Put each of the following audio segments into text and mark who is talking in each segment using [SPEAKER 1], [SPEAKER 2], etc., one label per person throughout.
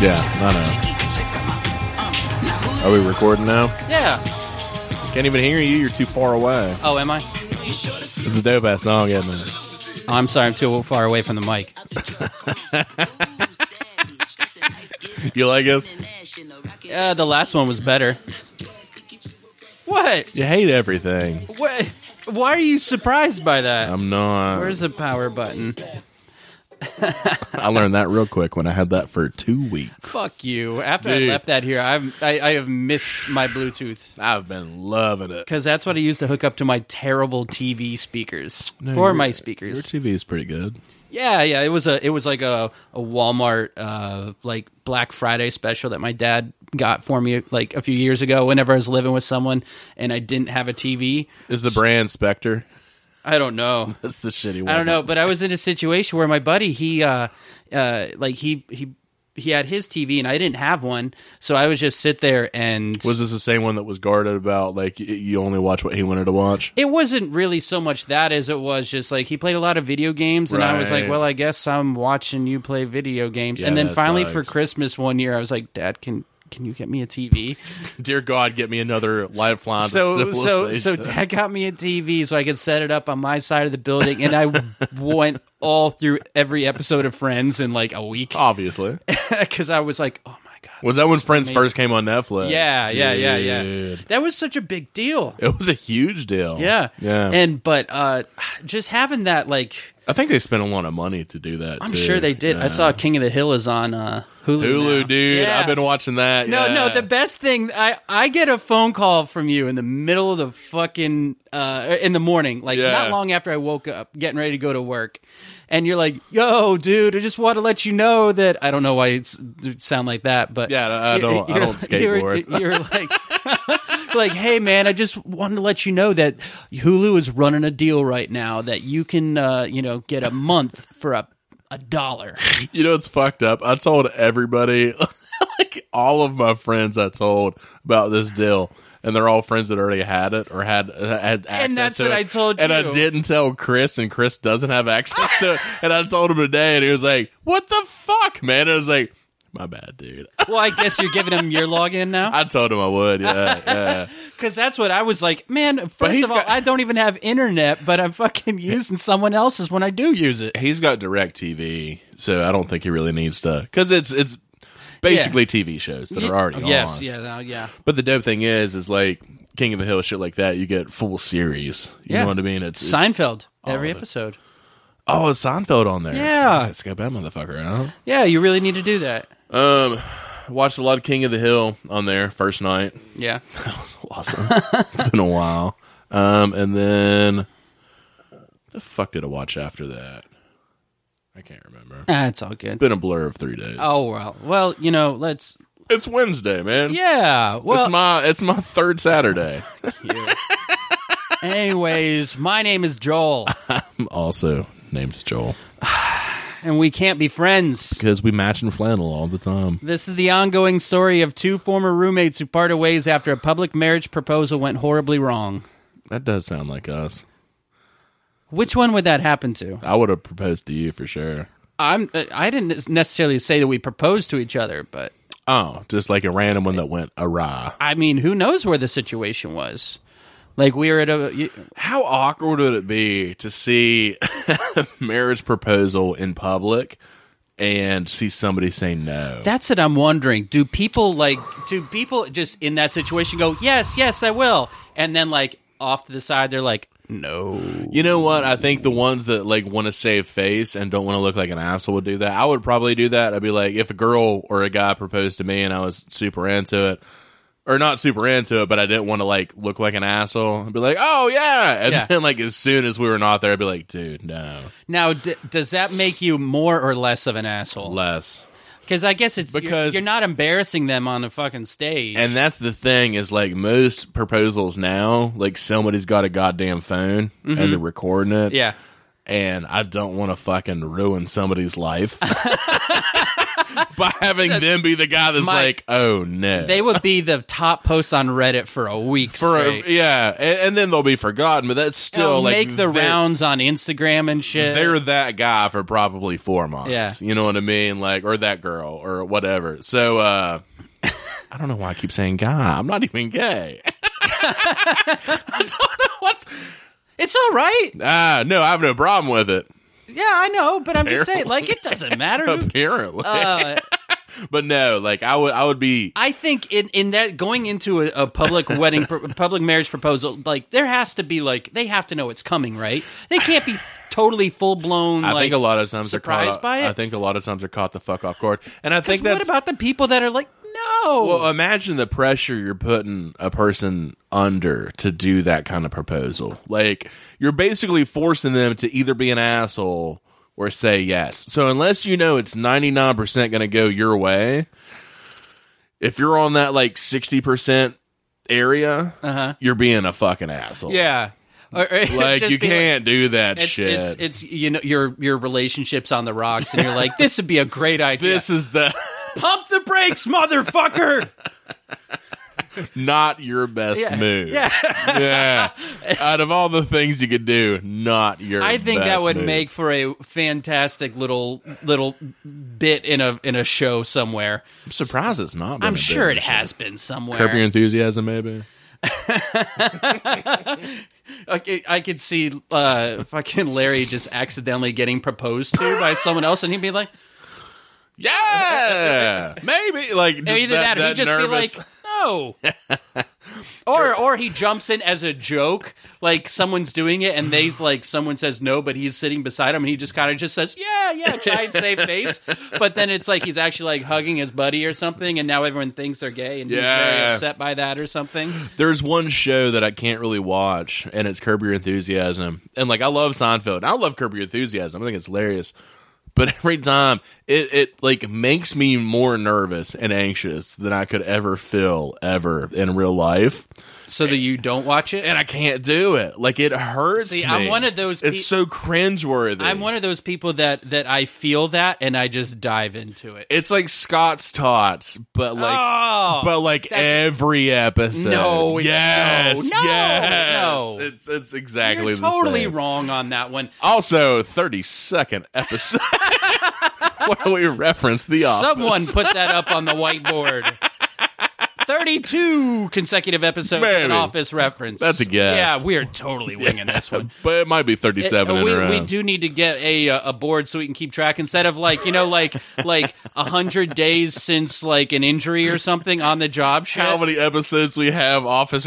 [SPEAKER 1] Yeah, I know. Are we recording now?
[SPEAKER 2] Yeah.
[SPEAKER 1] Can't even hear you. You're too far away.
[SPEAKER 2] Oh, am I?
[SPEAKER 1] It's a dope ass song, isn't it?
[SPEAKER 2] Oh, I'm sorry. I'm too far away from the mic.
[SPEAKER 1] You like us?
[SPEAKER 2] Yeah, the last one was better. What?
[SPEAKER 1] You hate everything.
[SPEAKER 2] What? Why are you surprised by that?
[SPEAKER 1] I'm not.
[SPEAKER 2] Where's the power button?
[SPEAKER 1] I learned that real quick when I had that for two weeks.
[SPEAKER 2] Fuck you. After
[SPEAKER 1] Dude.
[SPEAKER 2] I left that here, I've, I, I have missed my Bluetooth.
[SPEAKER 1] I've been loving it.
[SPEAKER 2] Because that's what I used to hook up to my terrible TV speakers. for
[SPEAKER 1] your-
[SPEAKER 2] my
[SPEAKER 1] Your
[SPEAKER 2] speakers.
[SPEAKER 1] TV is pretty good.
[SPEAKER 2] Yeah, yeah. It was a it was like a, a Walmart uh like Black Friday special that my dad got for me like a few years ago whenever I was living with someone and I didn't have a TV.
[SPEAKER 1] Is the brand Spectre?
[SPEAKER 2] I don't know.
[SPEAKER 1] That's the shitty one.
[SPEAKER 2] I don't know, but I was in a situation where my buddy he uh uh like he he he had his TV and I didn't have one, so I would just sit there and
[SPEAKER 1] Was this the same one that was guarded about like y- you only watch what he wanted to watch?
[SPEAKER 2] it wasn't really so much that as it was just like he played a lot of video games and i was like
[SPEAKER 1] Right.
[SPEAKER 2] well i guess i'm watching you play video games
[SPEAKER 1] Yeah,
[SPEAKER 2] and then
[SPEAKER 1] that
[SPEAKER 2] finally
[SPEAKER 1] sucks.
[SPEAKER 2] for christmas one year i was like dad can can you get me a tv
[SPEAKER 1] Dear God, get me another lifeline. to
[SPEAKER 2] so so so
[SPEAKER 1] civilization.
[SPEAKER 2] dad got me a tv so i could set it up on my side of the building and i went all through every episode of friends in like a week
[SPEAKER 1] Oh. obviously.
[SPEAKER 2] because i was like oh my god
[SPEAKER 1] Was that when Friends first came on Netflix?
[SPEAKER 2] yeah yeah yeah yeah
[SPEAKER 1] Dude.
[SPEAKER 2] that was such a big deal
[SPEAKER 1] It was a huge deal.
[SPEAKER 2] yeah
[SPEAKER 1] Yeah.
[SPEAKER 2] and but uh just having that like
[SPEAKER 1] I think they spent a lot of money to do that.
[SPEAKER 2] I'm sure they did. I saw King of the Hill is on uh, Hulu.
[SPEAKER 1] Hulu,
[SPEAKER 2] now.
[SPEAKER 1] dude.
[SPEAKER 2] Yeah.
[SPEAKER 1] I've been watching that.
[SPEAKER 2] No,
[SPEAKER 1] yeah.
[SPEAKER 2] no. The best thing I I get a phone call from you in the middle of the fucking uh, in the morning, like
[SPEAKER 1] Yeah.
[SPEAKER 2] not long after I woke up, getting ready to go to work, and you're like, "Yo, dude, I just want to let you know that I don't know why it's, it sound like that, but
[SPEAKER 1] Yeah, I- I
[SPEAKER 2] you-
[SPEAKER 1] don't- I
[SPEAKER 2] you're-
[SPEAKER 1] don't
[SPEAKER 2] you're-
[SPEAKER 1] skateboard.
[SPEAKER 2] You're, like, like, hey man, I just wanted to let you know that Hulu is running a deal right now that you can uh, you know get a month for a a dollar.
[SPEAKER 1] You know, it's fucked up. I told everybody, like all of my friends, I told about this deal, and they're all friends that already had it or had had access
[SPEAKER 2] that's
[SPEAKER 1] to
[SPEAKER 2] what
[SPEAKER 1] it.
[SPEAKER 2] I told
[SPEAKER 1] And I
[SPEAKER 2] you.
[SPEAKER 1] didn't tell Chris, and Chris doesn't have access to it. And I told him today, and he was like, "What the fuck, man?" And I was like, "My bad, dude."
[SPEAKER 2] Well, I guess you're giving him your login now
[SPEAKER 1] I told him I would. Yeah, yeah.
[SPEAKER 2] because that's what I was like, man. First
[SPEAKER 1] he's
[SPEAKER 2] of all,
[SPEAKER 1] got-
[SPEAKER 2] I don't even have internet, but I'm fucking using someone else's when I do use it.
[SPEAKER 1] He's got direct TV, so I don't think he really needs to because it's it's basically TV shows that are already
[SPEAKER 2] yes,
[SPEAKER 1] on.
[SPEAKER 2] yeah, no, yeah.
[SPEAKER 1] But the dope thing is, is like King of the Hill, shit like that. You get full series. You
[SPEAKER 2] Yeah.
[SPEAKER 1] know what I mean? It's it's-
[SPEAKER 2] Seinfeld every
[SPEAKER 1] of it.
[SPEAKER 2] episode.
[SPEAKER 1] Oh, it's Seinfeld on there.
[SPEAKER 2] Yeah.
[SPEAKER 1] let's get that motherfucker out.
[SPEAKER 2] Yeah, you really need to do that.
[SPEAKER 1] Um, watched a lot of King of the Hill on there first night.
[SPEAKER 2] Yeah,
[SPEAKER 1] That was awesome. it's been a while. Um, and then the fuck did I watch after that? I can't remember.
[SPEAKER 2] Ah, it's all good.
[SPEAKER 1] It's been a blur of three days.
[SPEAKER 2] Oh well, well, you know, let's.
[SPEAKER 1] It's Wednesday, man.
[SPEAKER 2] Yeah, well,
[SPEAKER 1] it's my it's my third Saturday.
[SPEAKER 2] anyways, my name is Joel,
[SPEAKER 1] I'm also named Joel
[SPEAKER 2] and we can't be friends.
[SPEAKER 1] because we match in flannel all the time.
[SPEAKER 2] This is the ongoing story of two former roommates who parted ways after a public marriage proposal went horribly wrong.
[SPEAKER 1] That does sound like us.
[SPEAKER 2] Which one would that happen to?
[SPEAKER 1] I would have proposed to you for sure.
[SPEAKER 2] I'm uh, I didn't necessarily say that we proposed to each other, but
[SPEAKER 1] Oh, just like a random one that went awry.
[SPEAKER 2] I mean, who knows where the situation was? Like we were at a you-
[SPEAKER 1] How awkward would it be to see a marriage proposal in public and see somebody say no?
[SPEAKER 2] that's it I'm wondering. Do people like do people just in that situation go, "Yes, yes, I will." And then like off to the side they're like, "No."
[SPEAKER 1] You know what? I think the ones that like want to save face and don't want to look like an asshole would do that. I would probably do that. I'd be like, if a girl or a guy proposed to me and I was super into it, or not super into it, but I didn't want to like look like an asshole, I'd be like, oh yeah, and
[SPEAKER 2] Yeah.
[SPEAKER 1] then like as soon as we were not there, I'd be like, dude, no,
[SPEAKER 2] Now d- does that make you more or less of an asshole?
[SPEAKER 1] less.
[SPEAKER 2] Cuz I guess it's because
[SPEAKER 1] Because-
[SPEAKER 2] you're, not embarrassing them on the fucking stage.
[SPEAKER 1] And that's the thing is like most proposals now, like somebody's got a goddamn phone and they're recording it.
[SPEAKER 2] Mm-hmm. yeah.
[SPEAKER 1] and I don't want to fucking ruin somebody's life. by having them be the guy that's
[SPEAKER 2] My-
[SPEAKER 1] like, oh no,
[SPEAKER 2] They would be the top posts on Reddit for a week
[SPEAKER 1] for
[SPEAKER 2] straight.
[SPEAKER 1] yeah, and, and then they'll be forgotten. But that's
[SPEAKER 2] They'll
[SPEAKER 1] still like
[SPEAKER 2] make the
[SPEAKER 1] they're-
[SPEAKER 2] rounds on Instagram and shit.
[SPEAKER 1] They're that guy for probably four months.
[SPEAKER 2] Yeah.
[SPEAKER 1] you know what I mean, like or that girl or whatever. So uh I don't know why I keep saying guy. I'm not even gay. I don't know what.
[SPEAKER 2] it's all right.
[SPEAKER 1] Ah, no, I have no problem with it.
[SPEAKER 2] Yeah, I know, but I'm just saying, like, it doesn't matter. who-
[SPEAKER 1] Apparently,
[SPEAKER 2] Uh,
[SPEAKER 1] but no, like I would, I would be.
[SPEAKER 2] I think in, in that going into a, a public wedding, pro- public marriage proposal, like there has to be like they have to know it's coming, right? They can't be totally full blown.
[SPEAKER 1] I
[SPEAKER 2] like,
[SPEAKER 1] think a lot of times they're
[SPEAKER 2] surprised
[SPEAKER 1] caught,
[SPEAKER 2] by it?
[SPEAKER 1] I think a lot of times they're caught the fuck off guard, and I
[SPEAKER 2] 'cause
[SPEAKER 1] think that's
[SPEAKER 2] what about the people that are like, no,
[SPEAKER 1] Well, imagine the pressure you're putting a person under to do that kind of proposal. Like you're basically forcing them to either be an asshole or say yes. So unless you know it's 99% going to go your way, if you're on that like 60% area,
[SPEAKER 2] Uh-huh.
[SPEAKER 1] you're being a fucking asshole.
[SPEAKER 2] yeah, Or- or
[SPEAKER 1] Like
[SPEAKER 2] just
[SPEAKER 1] you
[SPEAKER 2] be
[SPEAKER 1] can't do that
[SPEAKER 2] it's,
[SPEAKER 1] shit.
[SPEAKER 2] It's it's you know your your relationships on the rocks, and you're like, this would be a great idea.
[SPEAKER 1] this is the
[SPEAKER 2] Pump the brakes, motherfucker.
[SPEAKER 1] not your best
[SPEAKER 2] Yeah.
[SPEAKER 1] move.
[SPEAKER 2] Yeah.
[SPEAKER 1] Yeah. Out of all the things you could do, not your
[SPEAKER 2] I think that
[SPEAKER 1] best
[SPEAKER 2] would
[SPEAKER 1] move.
[SPEAKER 2] make for a fantastic little little bit in a in a show somewhere.
[SPEAKER 1] I'm surprised it's not. Been
[SPEAKER 2] I'm
[SPEAKER 1] a
[SPEAKER 2] sure
[SPEAKER 1] bit
[SPEAKER 2] it
[SPEAKER 1] of a
[SPEAKER 2] has been somewhere.
[SPEAKER 1] show. Curb your enthusiasm, maybe.
[SPEAKER 2] I could, I could see uh, fucking Larry just accidentally getting proposed to by someone else, and he'd be like,
[SPEAKER 1] Yeah, maybe. Like just
[SPEAKER 2] either that,
[SPEAKER 1] that,
[SPEAKER 2] or he'd just
[SPEAKER 1] nervous.
[SPEAKER 2] be like, no. or or he jumps in as a joke, like someone's doing it, and they's like someone says no, but he's sitting beside him, and he just kind of just says, yeah, yeah, giant save face. But then it's like he's actually like hugging his buddy or something, and now everyone thinks they're gay, and he's
[SPEAKER 1] Yeah.
[SPEAKER 2] very upset by that or something.
[SPEAKER 1] There's one show that I can't really watch, and it's Curb Your Enthusiasm. And like, I love Seinfeld. and I love Curb Your Enthusiasm. I think it's hilarious. But every time, it it like makes me more nervous and anxious than I could ever feel ever in real life,
[SPEAKER 2] So that you don't watch it.
[SPEAKER 1] and I can't do it. Like it hurts.
[SPEAKER 2] See, I'm
[SPEAKER 1] me.
[SPEAKER 2] one of those
[SPEAKER 1] It's
[SPEAKER 2] pe-
[SPEAKER 1] so cringeworthy.
[SPEAKER 2] I'm one of those people that that I feel that and I just dive into it.
[SPEAKER 1] It's like Scott's tots, but like
[SPEAKER 2] oh,
[SPEAKER 1] but like every episode.
[SPEAKER 2] No, it's-
[SPEAKER 1] yes,
[SPEAKER 2] no, no,
[SPEAKER 1] yes,
[SPEAKER 2] no.
[SPEAKER 1] It's it's exactly
[SPEAKER 2] you're
[SPEAKER 1] the
[SPEAKER 2] totally
[SPEAKER 1] same.
[SPEAKER 2] wrong on that one.
[SPEAKER 1] Also, thirty second episode where we reference the office.
[SPEAKER 2] Someone put that up on the whiteboard. 32 consecutive episodes of an
[SPEAKER 1] Maybe.
[SPEAKER 2] office reference.
[SPEAKER 1] That's a guess.
[SPEAKER 2] Yeah, we're totally winging this one.
[SPEAKER 1] but it might be thirty seven
[SPEAKER 2] Uh,
[SPEAKER 1] in
[SPEAKER 2] we,
[SPEAKER 1] a row.
[SPEAKER 2] we do need to get a uh, a board so we can keep track instead of like you know like like a hundred days since like an injury or something on the job. Shit.
[SPEAKER 1] How many episodes we have office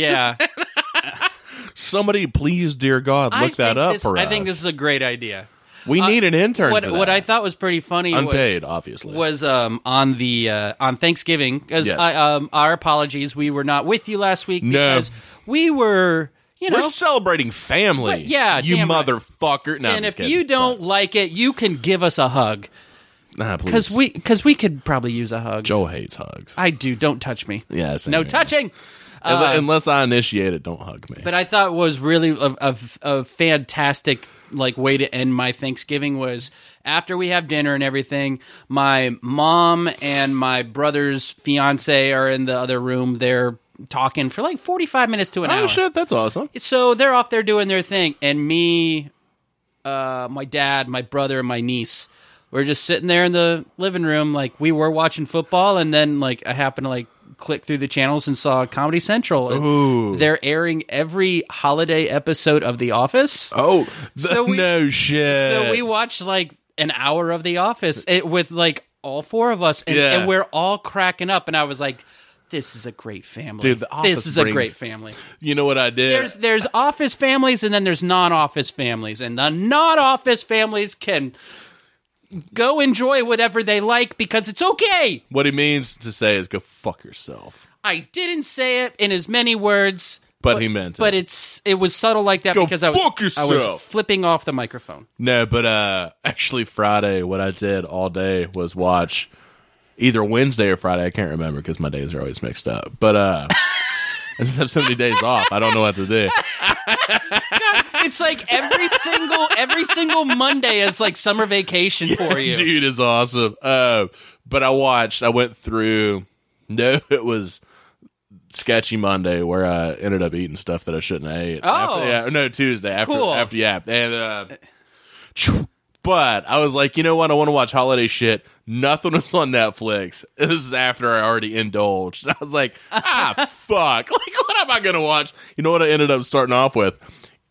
[SPEAKER 2] Yeah, look
[SPEAKER 1] Somebody, please, dear God, look that up
[SPEAKER 2] this,
[SPEAKER 1] for us.
[SPEAKER 2] I think this is a great idea.
[SPEAKER 1] we need an intern.
[SPEAKER 2] what
[SPEAKER 1] for
[SPEAKER 2] what
[SPEAKER 1] that.
[SPEAKER 2] I thought was pretty funny
[SPEAKER 1] unpaid,
[SPEAKER 2] was
[SPEAKER 1] obviously.
[SPEAKER 2] was um on the uh, on Thanksgiving because
[SPEAKER 1] Yes.
[SPEAKER 2] um our apologies we were not with you last week
[SPEAKER 1] No.
[SPEAKER 2] because we were you know
[SPEAKER 1] We're celebrating family.
[SPEAKER 2] But yeah,
[SPEAKER 1] you
[SPEAKER 2] damn right.
[SPEAKER 1] motherfucker. No, I'm
[SPEAKER 2] and
[SPEAKER 1] just
[SPEAKER 2] if
[SPEAKER 1] kidding.
[SPEAKER 2] you don't like it you can give us a hug
[SPEAKER 1] nah,
[SPEAKER 2] because
[SPEAKER 1] please.
[SPEAKER 2] we because we could probably use a hug
[SPEAKER 1] Joel hates hugs.
[SPEAKER 2] I do don't touch me
[SPEAKER 1] Yeah, same
[SPEAKER 2] no
[SPEAKER 1] here.
[SPEAKER 2] touching
[SPEAKER 1] Unle- Unless I initiate it, don't hug me.
[SPEAKER 2] but I thought was really a, a, a fantastic like way to end my Thanksgiving was after we have dinner and everything. My mom and my brother's fiance are in the other room. They're talking for like forty five minutes to an
[SPEAKER 1] oh
[SPEAKER 2] hour.
[SPEAKER 1] shit, that's awesome.
[SPEAKER 2] So they're off there doing their thing, and me, uh, my dad, my brother, and my niece. We're just sitting there in the living room, like we were watching football, and then like I happened to like click through the channels and saw Comedy Central. and
[SPEAKER 1] Ooh.
[SPEAKER 2] They're airing every holiday episode of The Office.
[SPEAKER 1] Oh, th-
[SPEAKER 2] So we-
[SPEAKER 1] no shit.
[SPEAKER 2] So we watched like an hour of The Office it, with like all four of us, and,
[SPEAKER 1] Yeah.
[SPEAKER 2] and we're all cracking up. And I was like, "This is a great family.
[SPEAKER 1] Dude, The Office
[SPEAKER 2] this is a
[SPEAKER 1] brings-
[SPEAKER 2] great family."
[SPEAKER 1] you know what I did?
[SPEAKER 2] there's there's office families and then there's non-office families and the non-office families can go enjoy whatever they like because it's okay
[SPEAKER 1] what he means to say is go fuck yourself.
[SPEAKER 2] i didn't say it in as many words
[SPEAKER 1] But he meant it.
[SPEAKER 2] but it's it was subtle like that
[SPEAKER 1] Go
[SPEAKER 2] because I was,
[SPEAKER 1] fuck
[SPEAKER 2] I was
[SPEAKER 1] yourself.
[SPEAKER 2] flipping off the microphone
[SPEAKER 1] No, but uh actually Friday what I did all day was watch either Wednesday or Friday, I can't remember because my days are always mixed up. But uh I just have so many days off. I don't know what to do.
[SPEAKER 2] It's like every single every single Monday is like summer vacation for you.
[SPEAKER 1] Dude, it's awesome. Uh, but I watched, I went through, no, it was Sketchy Monday where I ended up eating stuff that I shouldn't have ate.
[SPEAKER 2] Oh.
[SPEAKER 1] After- yeah, no, Tuesday after,
[SPEAKER 2] Cool.
[SPEAKER 1] after Yap. And, uh, but I was like, you know what? I want to watch holiday shit. Nothing was on Netflix. This is after I already indulged. I was like, ah, fuck. Like, what am I going to watch? You know what I ended up starting off with?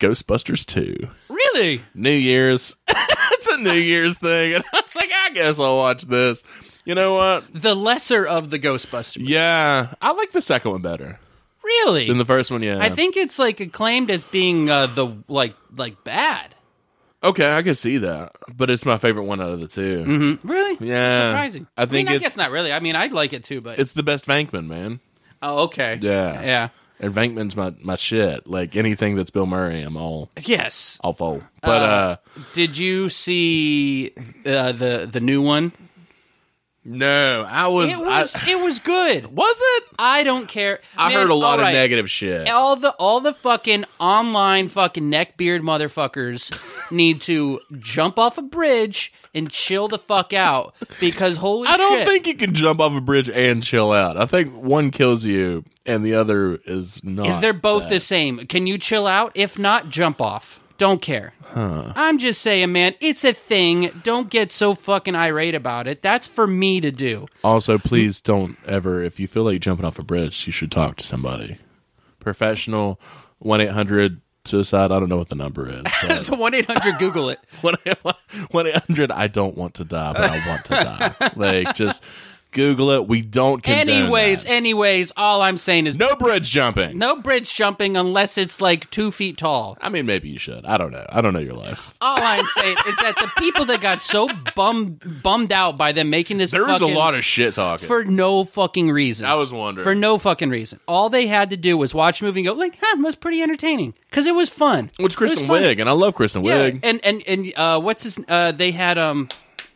[SPEAKER 1] Ghostbusters 2.
[SPEAKER 2] Really?
[SPEAKER 1] New Year's. it's a New Year's thing. And I was like, I guess I'll watch this. You know what?
[SPEAKER 2] The lesser of the Ghostbusters.
[SPEAKER 1] Yeah. I like the second one better
[SPEAKER 2] Really?
[SPEAKER 1] than the first one, yeah.
[SPEAKER 2] I think it's like acclaimed as being uh, the like like bad.
[SPEAKER 1] Okay, I could see that. But it's my favorite one out of the 2
[SPEAKER 2] Really?
[SPEAKER 1] Yeah.
[SPEAKER 2] Surprising.
[SPEAKER 1] I think
[SPEAKER 2] mean,
[SPEAKER 1] it's-
[SPEAKER 2] I guess not really. I mean, I'd like it too, but
[SPEAKER 1] It's the best Vankman, man.
[SPEAKER 2] oh, okay.
[SPEAKER 1] Yeah.
[SPEAKER 2] Yeah.
[SPEAKER 1] And Vankman's my, my shit. Like anything that's Bill Murray, I'm all
[SPEAKER 2] Yes.
[SPEAKER 1] all fold. But uh,
[SPEAKER 2] Did you see uh, the the new one?
[SPEAKER 1] no, I was
[SPEAKER 2] It was
[SPEAKER 1] I,
[SPEAKER 2] it was good.
[SPEAKER 1] was it?
[SPEAKER 2] I don't care.
[SPEAKER 1] I
[SPEAKER 2] Man,
[SPEAKER 1] heard a lot
[SPEAKER 2] all
[SPEAKER 1] of
[SPEAKER 2] right.
[SPEAKER 1] negative shit.
[SPEAKER 2] All the all the fucking online fucking neckbeard motherfuckers need to jump off a bridge and chill the fuck out because holy
[SPEAKER 1] I don't
[SPEAKER 2] shit.
[SPEAKER 1] think you can jump off a bridge and chill out. I think one kills you and the other is not.
[SPEAKER 2] They're both the same. Can you chill out? If not, jump off. Don't care. I'm just saying, man, it's a thing. Don't get so fucking irate about it. That's for me to do.
[SPEAKER 1] Also, please don't ever, if you feel like jumping off a bridge, you should talk to somebody. Professional 1 800 suicide. I don't know what the number is. but
[SPEAKER 2] That's a 1 800 Google it.
[SPEAKER 1] 1 800 I don't want to die, but I want to die. like, just Google it. We don't condone
[SPEAKER 2] Anyways,
[SPEAKER 1] that.
[SPEAKER 2] anyways, all I'm saying is no.
[SPEAKER 1] no bridge jumping.
[SPEAKER 2] bridge jumping unless it's like two feet tall.
[SPEAKER 1] I mean, maybe you should. I don't know. I don't know your life.
[SPEAKER 2] All I'm saying is that the people that got so bummed bummed out by them making this
[SPEAKER 1] There was a
[SPEAKER 2] fucking-
[SPEAKER 1] lot of shit talking.
[SPEAKER 2] for no fucking reason.
[SPEAKER 1] I was wondering.
[SPEAKER 2] for no fucking reason. All they had to do was watch a movie and go like, "Huh, that's pretty entertaining," because it was fun.
[SPEAKER 1] Which Kristen
[SPEAKER 2] It was fun.
[SPEAKER 1] Wiig, and I love Kristen
[SPEAKER 2] yeah.
[SPEAKER 1] Wiig.
[SPEAKER 2] And and and uh, what's his? Uh, they had um,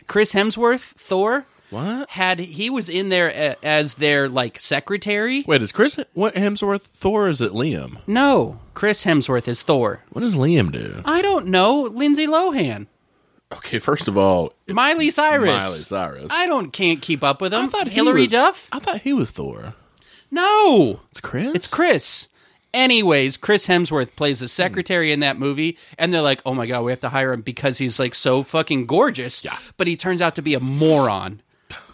[SPEAKER 2] Chris Hemsworth, Thor.
[SPEAKER 1] What?
[SPEAKER 2] had he was in there a, as their like secretary?
[SPEAKER 1] Wait, is Chris what Hemsworth Thor? Or is it Liam?
[SPEAKER 2] No, Chris Hemsworth is Thor.
[SPEAKER 1] What does Liam do?
[SPEAKER 2] I don't know Lindsay Lohan,
[SPEAKER 1] Okay, first of all,
[SPEAKER 2] Miley Cyrus.
[SPEAKER 1] Miley Cyrus.
[SPEAKER 2] I don't can't keep up with them.
[SPEAKER 1] I thought he
[SPEAKER 2] Hillary
[SPEAKER 1] was-
[SPEAKER 2] Duff.
[SPEAKER 1] I thought he was Thor.
[SPEAKER 2] No,
[SPEAKER 1] It's Chris.
[SPEAKER 2] It's Chris. Anyways, Chris Hemsworth plays
[SPEAKER 1] Hmm.
[SPEAKER 2] the secretary in that movie, and they're like, "Oh my god, we have to hire him because he's like so fucking gorgeous."
[SPEAKER 1] Yeah.
[SPEAKER 2] but he turns out to be a moron.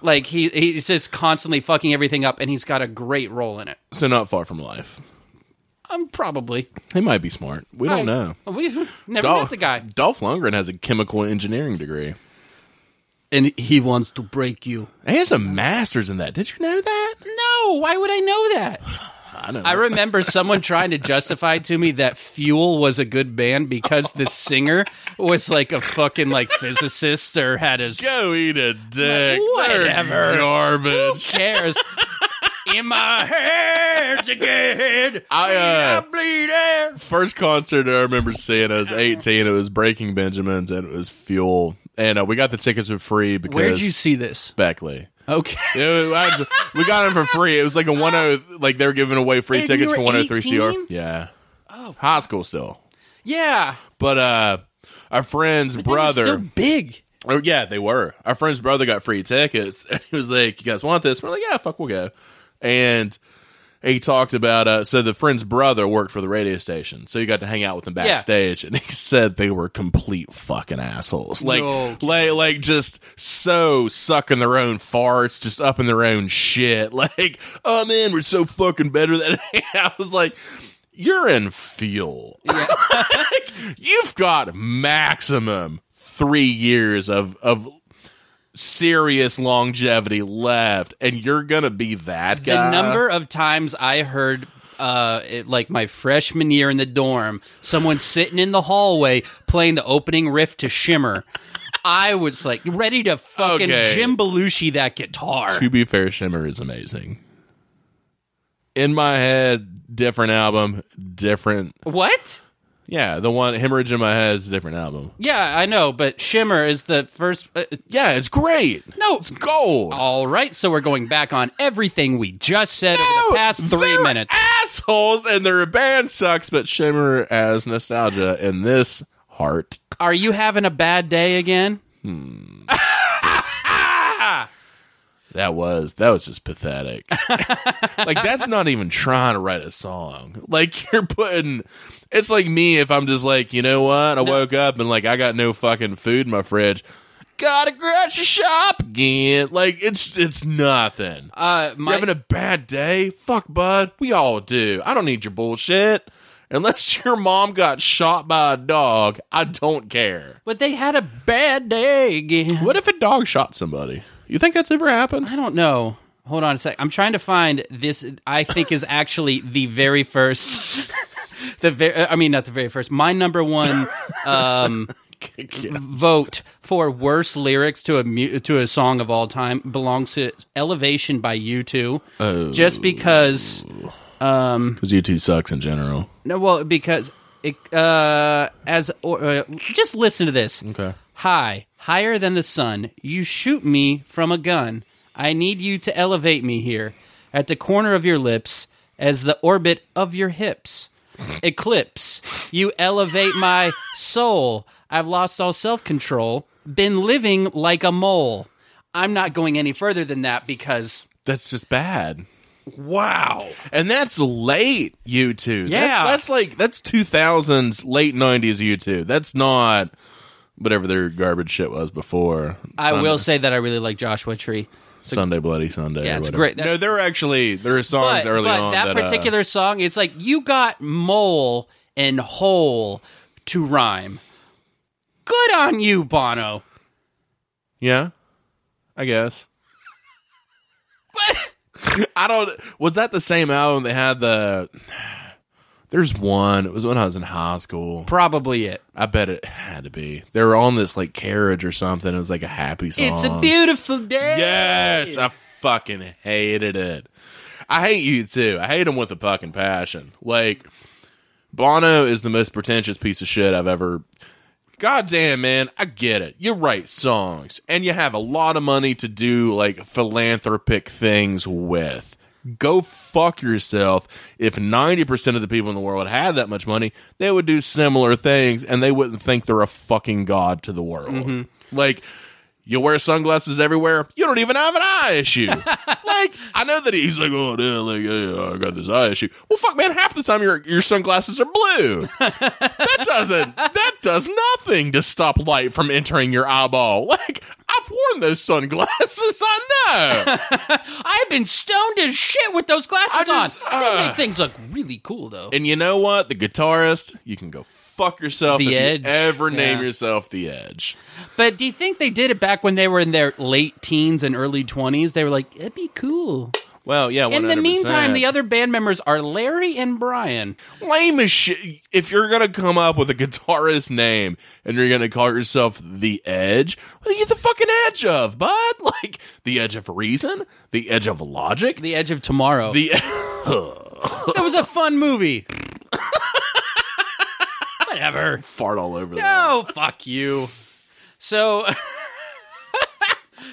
[SPEAKER 2] Like he he's just constantly fucking everything up, and he's got a great role in it.
[SPEAKER 1] So not far from life.
[SPEAKER 2] Um, probably.
[SPEAKER 1] He might be smart. We don't know.
[SPEAKER 2] We've never met the guy,
[SPEAKER 1] Dolph Lundgren has a chemical engineering degree.
[SPEAKER 2] and he wants to break you.
[SPEAKER 1] And he has a master's in that. Did you know that?
[SPEAKER 2] No, Oh, why would I know that?
[SPEAKER 1] I know.
[SPEAKER 2] I remember someone trying to justify to me that Fuel was a good band because the singer was like a fucking like physicist or had his
[SPEAKER 1] Go eat a dick.
[SPEAKER 2] Whatever.
[SPEAKER 1] They're Garbage.
[SPEAKER 2] cares? In my hands again.
[SPEAKER 1] I, uh,
[SPEAKER 2] bleeding.
[SPEAKER 1] first concert I remember seeing, I was 18. It was Breaking Benjamins and it was Fuel. And uh, we got the tickets for free because
[SPEAKER 2] Where'd you see this?
[SPEAKER 1] Beckley.
[SPEAKER 2] Okay.
[SPEAKER 1] It was- I was- we got them for free. It was like a 10, like they were giving away free
[SPEAKER 2] And you
[SPEAKER 1] tickets
[SPEAKER 2] were
[SPEAKER 1] for 103 CR.
[SPEAKER 2] 18?
[SPEAKER 1] Yeah. Oh, High school still.
[SPEAKER 2] Yeah.
[SPEAKER 1] But uh our friend's brother.
[SPEAKER 2] Still big.
[SPEAKER 1] Oh yeah, they were. Our friend's brother got free tickets. And he was like, "You guys want this?" We're like, "Yeah, fuck, we'll go." And he talked about uh, so the friend's brother worked for the radio station, so you got to hang out with him backstage, and he said they were complete fucking assholes, like
[SPEAKER 2] No
[SPEAKER 1] like like just so sucking their own farts, just up in their own shit, like oh man, we're so fucking better than. I was like. You're in fuel. Like, you've got maximum three years of of serious longevity left, and you're gonna be that
[SPEAKER 2] The
[SPEAKER 1] guy.
[SPEAKER 2] number of times I heard. Uh, it, like my freshman year in the dorm, someone sitting in the hallway playing the opening riff to Shimmer. I was like ready to fucking
[SPEAKER 1] Okay.
[SPEAKER 2] Jim Belushi that guitar.
[SPEAKER 1] To be fair, Shimmer is amazing. In my head, different album, different.
[SPEAKER 2] What?
[SPEAKER 1] Yeah, the one Hemorrhage in My Head is a different album.
[SPEAKER 2] Yeah, I know, but Shimmer is the first. Uh,
[SPEAKER 1] Yeah, it's great.
[SPEAKER 2] no,
[SPEAKER 1] It's gold.
[SPEAKER 2] all right. So we're going back on everything we just said over the past three
[SPEAKER 1] Oh, they're
[SPEAKER 2] minutes.
[SPEAKER 1] Assholes and their band sucks, but Shimmer as nostalgia in this heart.
[SPEAKER 2] Are you having a bad day again?
[SPEAKER 1] That was that was just pathetic. like that's not even trying to write a song. Like you're putting it's like me if I'm just like, you know what? I woke up and like I got no fucking food in my fridge. Gotta grocery shop again. Like it's it's nothing.
[SPEAKER 2] Uh,
[SPEAKER 1] You're
[SPEAKER 2] my,
[SPEAKER 1] having a bad day? Fuck, bud. We all do. I don't need your bullshit. Unless your mom got shot by a dog, I don't care.
[SPEAKER 2] but they had a bad day again.
[SPEAKER 1] What if a dog shot somebody? You think that's ever happened?
[SPEAKER 2] I don't know. Hold on a sec. I'm trying to find this. I think is actually the very first. The very, I mean, not the very first. My number one um, vote for worst lyrics to a mu- to a song of all time belongs to "Elevation" by U2. Just because,
[SPEAKER 1] Because you two E sucks in general.
[SPEAKER 2] no, well, because it uh, as or, uh, just listen to this.
[SPEAKER 1] Okay.
[SPEAKER 2] High, higher than the sun, you shoot me from a gun. I need you to elevate me here, at the corner of your lips, as the orbit of your hips. Eclipse, you elevate my soul. I've lost all self control, been living like a mole. I'm not going any further than that because
[SPEAKER 1] That's just bad. Wow. And that's late, you two.
[SPEAKER 2] Yeah.
[SPEAKER 1] That's, that's like, that's 2000s, late 90s, you two. That's not whatever their garbage shit was before.
[SPEAKER 2] I
[SPEAKER 1] Sun-
[SPEAKER 2] will say that I really like Joshua Tree.
[SPEAKER 1] Sunday Bloody Sunday.
[SPEAKER 2] Yeah,
[SPEAKER 1] or
[SPEAKER 2] it's
[SPEAKER 1] whatever.
[SPEAKER 2] great.
[SPEAKER 1] No, there are actually there are songs
[SPEAKER 2] But,
[SPEAKER 1] early
[SPEAKER 2] but
[SPEAKER 1] on
[SPEAKER 2] that,
[SPEAKER 1] that, uh,
[SPEAKER 2] particular song, it's like you got mole and hole to rhyme. Good on you, Bono.
[SPEAKER 1] yeah, I guess. I don't. Was that the same album they had the? There's one. It was when I was in high school.
[SPEAKER 2] Probably it.
[SPEAKER 1] I bet it had to be. They were on this like carriage or something. It was like a happy song.
[SPEAKER 2] It's a beautiful day.
[SPEAKER 1] Yes, I fucking hated it. I hate you too. I hate him with a fucking passion. Like Bono is the most pretentious piece of shit I've ever. Goddamn, man, I get it. You write songs and you have a lot of money to do like philanthropic things with. Go fuck yourself. If 90% of the people in the world had that much money, they would do similar things and they wouldn't think they're a fucking god to the world. Like, you wear sunglasses everywhere. You don't even have an eye issue. like I know that he's like, oh, yeah, like, yeah, I got this eye issue. Well, fuck, man. Half the time your your sunglasses are blue. that doesn't that does nothing to stop light from entering your eyeball. Like I've worn those sunglasses. I know.
[SPEAKER 2] I've been stoned as shit with those
[SPEAKER 1] I
[SPEAKER 2] glasses
[SPEAKER 1] just-
[SPEAKER 2] on. They
[SPEAKER 1] uh.
[SPEAKER 2] make things look really cool though.
[SPEAKER 1] and you know what? The guitarist, you can go fuck yourself.
[SPEAKER 2] The
[SPEAKER 1] if you
[SPEAKER 2] Edge.
[SPEAKER 1] ever name
[SPEAKER 2] Yeah.
[SPEAKER 1] yourself the Edge?
[SPEAKER 2] but do you think they did it back when they were in their late teens and early 20s? They were like, it'd be cool.
[SPEAKER 1] Well, yeah. 100%.
[SPEAKER 2] In the meantime, the other band members are Larry and Brian.
[SPEAKER 1] lame as shit. If you're gonna come up with a guitarist name and you're gonna call yourself the Edge, what are you the fucking edge of, bud? Like the edge of reason, the edge of logic,
[SPEAKER 2] The Edge of Tomorrow.
[SPEAKER 1] the
[SPEAKER 2] that was a fun movie. Whatever.
[SPEAKER 1] fart all over. No,
[SPEAKER 2] Oh, fuck you. So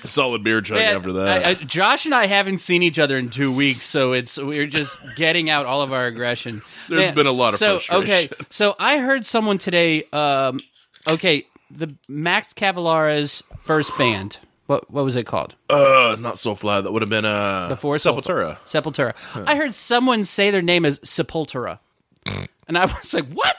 [SPEAKER 1] solid beer chug
[SPEAKER 2] man,
[SPEAKER 1] after that.
[SPEAKER 2] I- I- Josh and I haven't seen each other in two weeks, so it's we're just getting out all of our aggression.
[SPEAKER 1] There's
[SPEAKER 2] Man,
[SPEAKER 1] been a lot of
[SPEAKER 2] so,
[SPEAKER 1] frustration.
[SPEAKER 2] Okay, so I heard someone today. Um, okay, the Max Cavalara's first band. What what was it called?
[SPEAKER 1] uh, not so fly. That would have been uh,
[SPEAKER 2] Before
[SPEAKER 1] Sepultura.
[SPEAKER 2] Sepultura. I heard someone say their name is Sepultura, and I was like, "What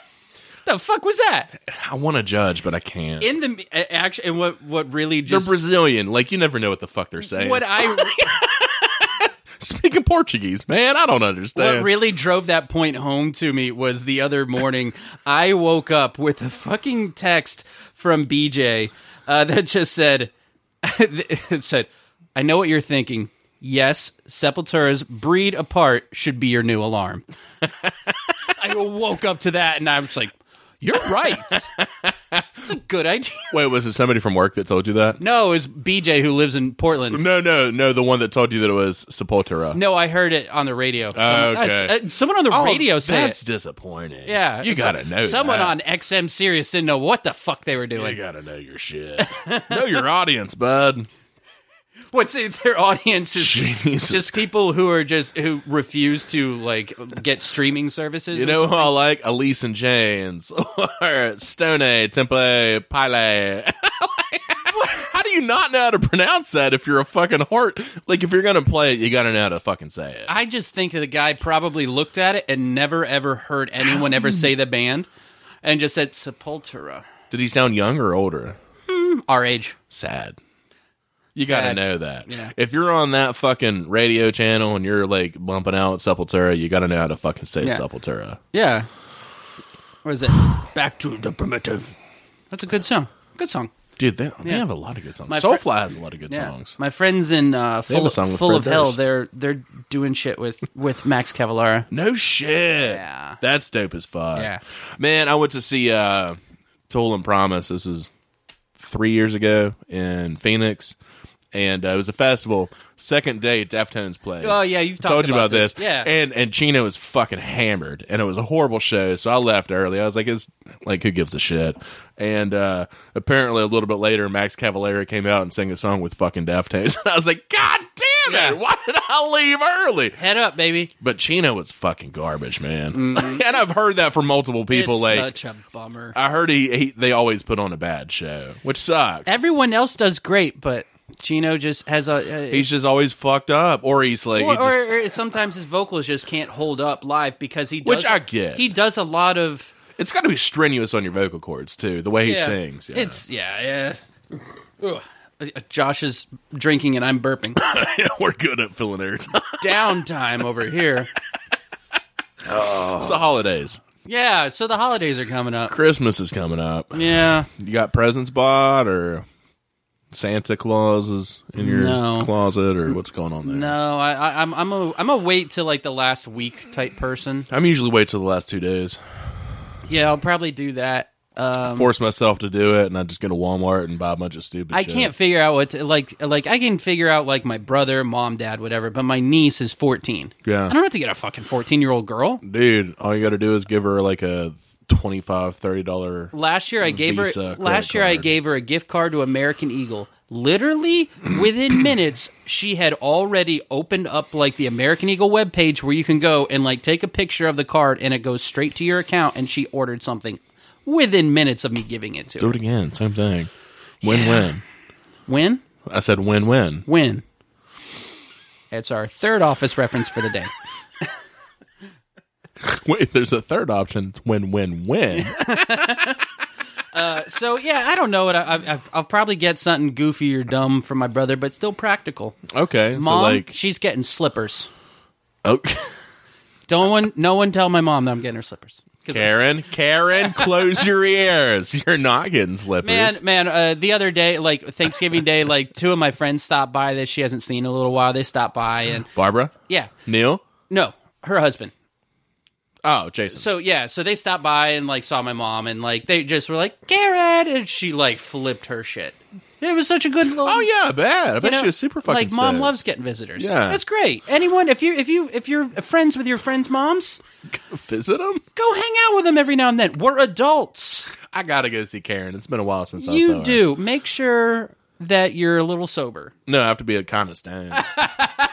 [SPEAKER 2] the fuck was that?"
[SPEAKER 1] I want to judge, but I can't.
[SPEAKER 2] In the action, and what what really
[SPEAKER 1] they're
[SPEAKER 2] just
[SPEAKER 1] Brazilian. Like you never know what the fuck they're saying.
[SPEAKER 2] what I
[SPEAKER 1] Speaking Portuguese, man, I don't understand.
[SPEAKER 2] What really drove that point home to me was the other morning I woke up with a fucking text from BJ uh, that just said, it said, I know what you're thinking. Yes, Sepultura's breed apart should be your new alarm. I woke up to that and I was like, you're right. It's a good idea.
[SPEAKER 1] Wait, was it somebody from work that told you that?
[SPEAKER 2] No, it's BJ who lives in Portland.
[SPEAKER 1] No, no, no. The one that told you that it was Sepultura.
[SPEAKER 2] No, I heard it on the radio. Someone,
[SPEAKER 1] Oh, okay.
[SPEAKER 2] I- uh, someone on the
[SPEAKER 1] Oh,
[SPEAKER 2] radio said
[SPEAKER 1] that's
[SPEAKER 2] it.
[SPEAKER 1] disappointing.
[SPEAKER 2] Yeah,
[SPEAKER 1] you
[SPEAKER 2] so-
[SPEAKER 1] gotta know.
[SPEAKER 2] Someone
[SPEAKER 1] that.
[SPEAKER 2] on XM Sirius didn't know what the fuck they were
[SPEAKER 1] You
[SPEAKER 2] doing.
[SPEAKER 1] gotta know your shit. know your audience, bud.
[SPEAKER 2] What's it, their audience is
[SPEAKER 1] Jesus.
[SPEAKER 2] just people who are just who refuse to like get streaming services.
[SPEAKER 1] You
[SPEAKER 2] or
[SPEAKER 1] know who I like? Elise and James or Stone, Temple, Pile. how do you not know how to pronounce that if you're a fucking heart? Like, if you're gonna play it, you gotta know how to fucking say it.
[SPEAKER 2] I just think that the guy probably looked at it and never ever heard anyone ever say the band, and just said Sepultura.
[SPEAKER 1] Did he sound young or older?
[SPEAKER 2] Our age.
[SPEAKER 1] Sad. You gotta
[SPEAKER 2] Sad.
[SPEAKER 1] know that.
[SPEAKER 2] Yeah.
[SPEAKER 1] If you're on that fucking radio channel and you're like bumping out Sepultura, you gotta know how to fucking say
[SPEAKER 2] Yeah.
[SPEAKER 1] Sepultura.
[SPEAKER 2] Yeah. Or is it Back to the Primitive? That's a good song. Good song.
[SPEAKER 1] Dude, they, they have a lot of good songs.
[SPEAKER 2] My fri-
[SPEAKER 1] Soulfly has a lot of good
[SPEAKER 2] Yeah.
[SPEAKER 1] songs.
[SPEAKER 2] My friends in uh,
[SPEAKER 1] have
[SPEAKER 2] Full,
[SPEAKER 1] a song with
[SPEAKER 2] full
[SPEAKER 1] Fred
[SPEAKER 2] of Hell,
[SPEAKER 1] Durst.
[SPEAKER 2] they're they're doing shit with with Max Cavalara.
[SPEAKER 1] No shit.
[SPEAKER 2] Yeah.
[SPEAKER 1] That's dope as fuck.
[SPEAKER 2] Yeah.
[SPEAKER 1] Man, I went to see uh Tool and Promise. This was three years ago in Phoenix. And uh, it was a festival. Second day, Deftones played.
[SPEAKER 2] Oh, yeah, you've
[SPEAKER 1] I told
[SPEAKER 2] talked
[SPEAKER 1] you about
[SPEAKER 2] about
[SPEAKER 1] this.
[SPEAKER 2] this. Yeah.
[SPEAKER 1] and and Chino was fucking hammered, and it was a horrible show. So I left early. I was like, "It's like who gives a shit?" And uh, apparently, a little bit later, Max Cavalera came out and sang a song with fucking Deftones, and I was like, "God damn it!
[SPEAKER 2] Yeah.
[SPEAKER 1] Why did I leave early?"
[SPEAKER 2] Head up, baby.
[SPEAKER 1] But Chino was fucking garbage, man. and I've heard that from multiple people.
[SPEAKER 2] Mm-hmm. it's
[SPEAKER 1] like
[SPEAKER 2] such a bummer.
[SPEAKER 1] I heard he, he they always put on a bad show, which sucks.
[SPEAKER 2] Everyone else does great, but Gino just has a. a
[SPEAKER 1] He's just always fucked up, or he's like,
[SPEAKER 2] or,
[SPEAKER 1] he just,
[SPEAKER 2] or sometimes his vocals just can't hold up live because he does,
[SPEAKER 1] Which I get.
[SPEAKER 2] He does a lot of.
[SPEAKER 1] it's got to be strenuous on your vocal cords too. The way he
[SPEAKER 2] yeah,
[SPEAKER 1] sings, yeah.
[SPEAKER 2] It's yeah yeah. Ugh. Uh, Josh is drinking and I'm burping.
[SPEAKER 1] we're good at filling airtime.
[SPEAKER 2] Downtime over here.
[SPEAKER 1] It's the holidays.
[SPEAKER 2] Yeah, so the holidays are coming up.
[SPEAKER 1] Christmas is coming up.
[SPEAKER 2] Yeah,
[SPEAKER 1] You got presents bought or Santa Claus is in your
[SPEAKER 2] No.
[SPEAKER 1] closet or what's going on there?
[SPEAKER 2] no, I, I, I'm I'm a I'm a wait till like the last week type person.
[SPEAKER 1] I'm usually wait till the last two days.
[SPEAKER 2] Yeah, I'll probably do that. Um,
[SPEAKER 1] Force myself to do it, and I just go to Walmart and buy a bunch of stupid.
[SPEAKER 2] I
[SPEAKER 1] shit.
[SPEAKER 2] can't figure out what to, like like I can figure out like my brother, mom, dad, whatever, but my niece is 14.
[SPEAKER 1] Yeah.
[SPEAKER 2] I don't have to get a fucking 14 year old girl.
[SPEAKER 1] dude all you gotta do is give her like a 25 30 dollar
[SPEAKER 2] Last year I gave
[SPEAKER 1] Mm, Visa
[SPEAKER 2] her
[SPEAKER 1] credit
[SPEAKER 2] last year I
[SPEAKER 1] card.
[SPEAKER 2] gave her a gift card to American Eagle. Literally within minutes, she had already opened up like the American Eagle webpage where you can go and like take a picture of the card and it goes straight to your account and she ordered something within minutes of me giving it to her.
[SPEAKER 1] do it again same thing win-win
[SPEAKER 2] When?
[SPEAKER 1] i said win-win
[SPEAKER 2] When? It's our third office reference for the day.
[SPEAKER 1] wait there's a third option It's win-win-win
[SPEAKER 2] So yeah, I don't know what I, I, I'll probably get something goofy or dumb from my brother, but still practical.
[SPEAKER 1] okay
[SPEAKER 2] Mom,
[SPEAKER 1] so like oh,
[SPEAKER 2] she's getting slippers.
[SPEAKER 1] okay
[SPEAKER 2] Don't one, no one tell my mom that I'm getting her slippers. 'Cause-
[SPEAKER 1] karen karen close your ears you're not getting slippers
[SPEAKER 2] Man, man, uh, the other day, like Thanksgiving Day, like two of my friends stopped by that she hasn't seen in a little while. They stopped by and
[SPEAKER 1] barbara
[SPEAKER 2] yeah,
[SPEAKER 1] neil
[SPEAKER 2] no, her husband.
[SPEAKER 1] oh jason
[SPEAKER 2] So yeah, so they stopped by and like saw my mom and like they just were like Garrett, and she like flipped her shit. It was such a good little.
[SPEAKER 1] oh yeah bad i bet
[SPEAKER 2] You know,
[SPEAKER 1] she was super fucking
[SPEAKER 2] like mom
[SPEAKER 1] sick.
[SPEAKER 2] loves getting visitors.
[SPEAKER 1] Yeah.
[SPEAKER 2] that's great. Anyone, if you if you if you're friends with your friends' moms,
[SPEAKER 1] visit him
[SPEAKER 2] go hang out with them every now and then. We're adults.
[SPEAKER 1] i gotta go see karen it's been a while since i saw
[SPEAKER 2] you
[SPEAKER 1] her.
[SPEAKER 2] do make sure that you're a little sober.
[SPEAKER 1] no i have to be a condescending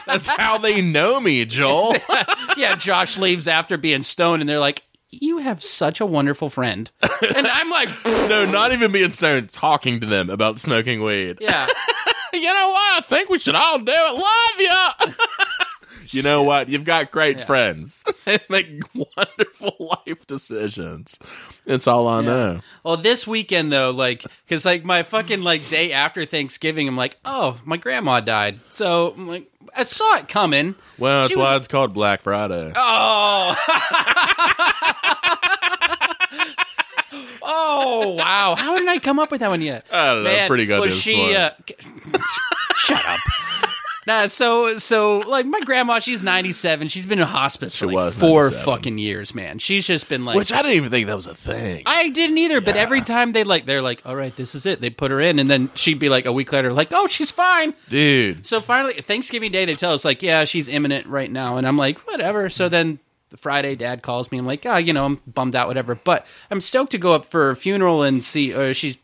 [SPEAKER 1] that's how they know me joel
[SPEAKER 2] yeah, Josh leaves after being stoned, and they're like, "You have such a wonderful friend," and I'm like,
[SPEAKER 1] No, not even being stoned, talking to them about smoking weed.
[SPEAKER 2] "Yeah,
[SPEAKER 1] You know what? I think we should all do it. Love you. you know what? You've got great friends. they make wonderful life decisions. It's all I know.
[SPEAKER 2] Well, this weekend though, like, cause like my fucking like day after Thanksgiving, I'm like, oh, my grandma died, so I'm like, I saw it coming.
[SPEAKER 1] Well, that's
[SPEAKER 2] She
[SPEAKER 1] why
[SPEAKER 2] was-
[SPEAKER 1] it's called Black Friday.
[SPEAKER 2] Oh wow, how did I come up with that one yet?
[SPEAKER 1] I don't know.
[SPEAKER 2] Man,
[SPEAKER 1] Pretty good.
[SPEAKER 2] Was she? Uh, shut up. Nah, so so like my grandma, she's ninety seven. She's been in hospice for
[SPEAKER 1] She
[SPEAKER 2] like
[SPEAKER 1] was
[SPEAKER 2] four
[SPEAKER 1] 97.
[SPEAKER 2] fucking years, man. She's just been like
[SPEAKER 1] Which I didn't even think that was a thing.
[SPEAKER 2] I didn't either, but every time they like they're like, All right, this is it. They put her in and then she'd be like a week later, like, Oh, she's fine.
[SPEAKER 1] Dude.
[SPEAKER 2] So finally Thanksgiving Day they tell us like, Yeah, she's imminent right now and I'm like, Whatever. So then the Friday dad calls me, I'm like, Oh, you know, I'm bummed out, whatever. But I'm stoked to go up for her funeral and see uh, she's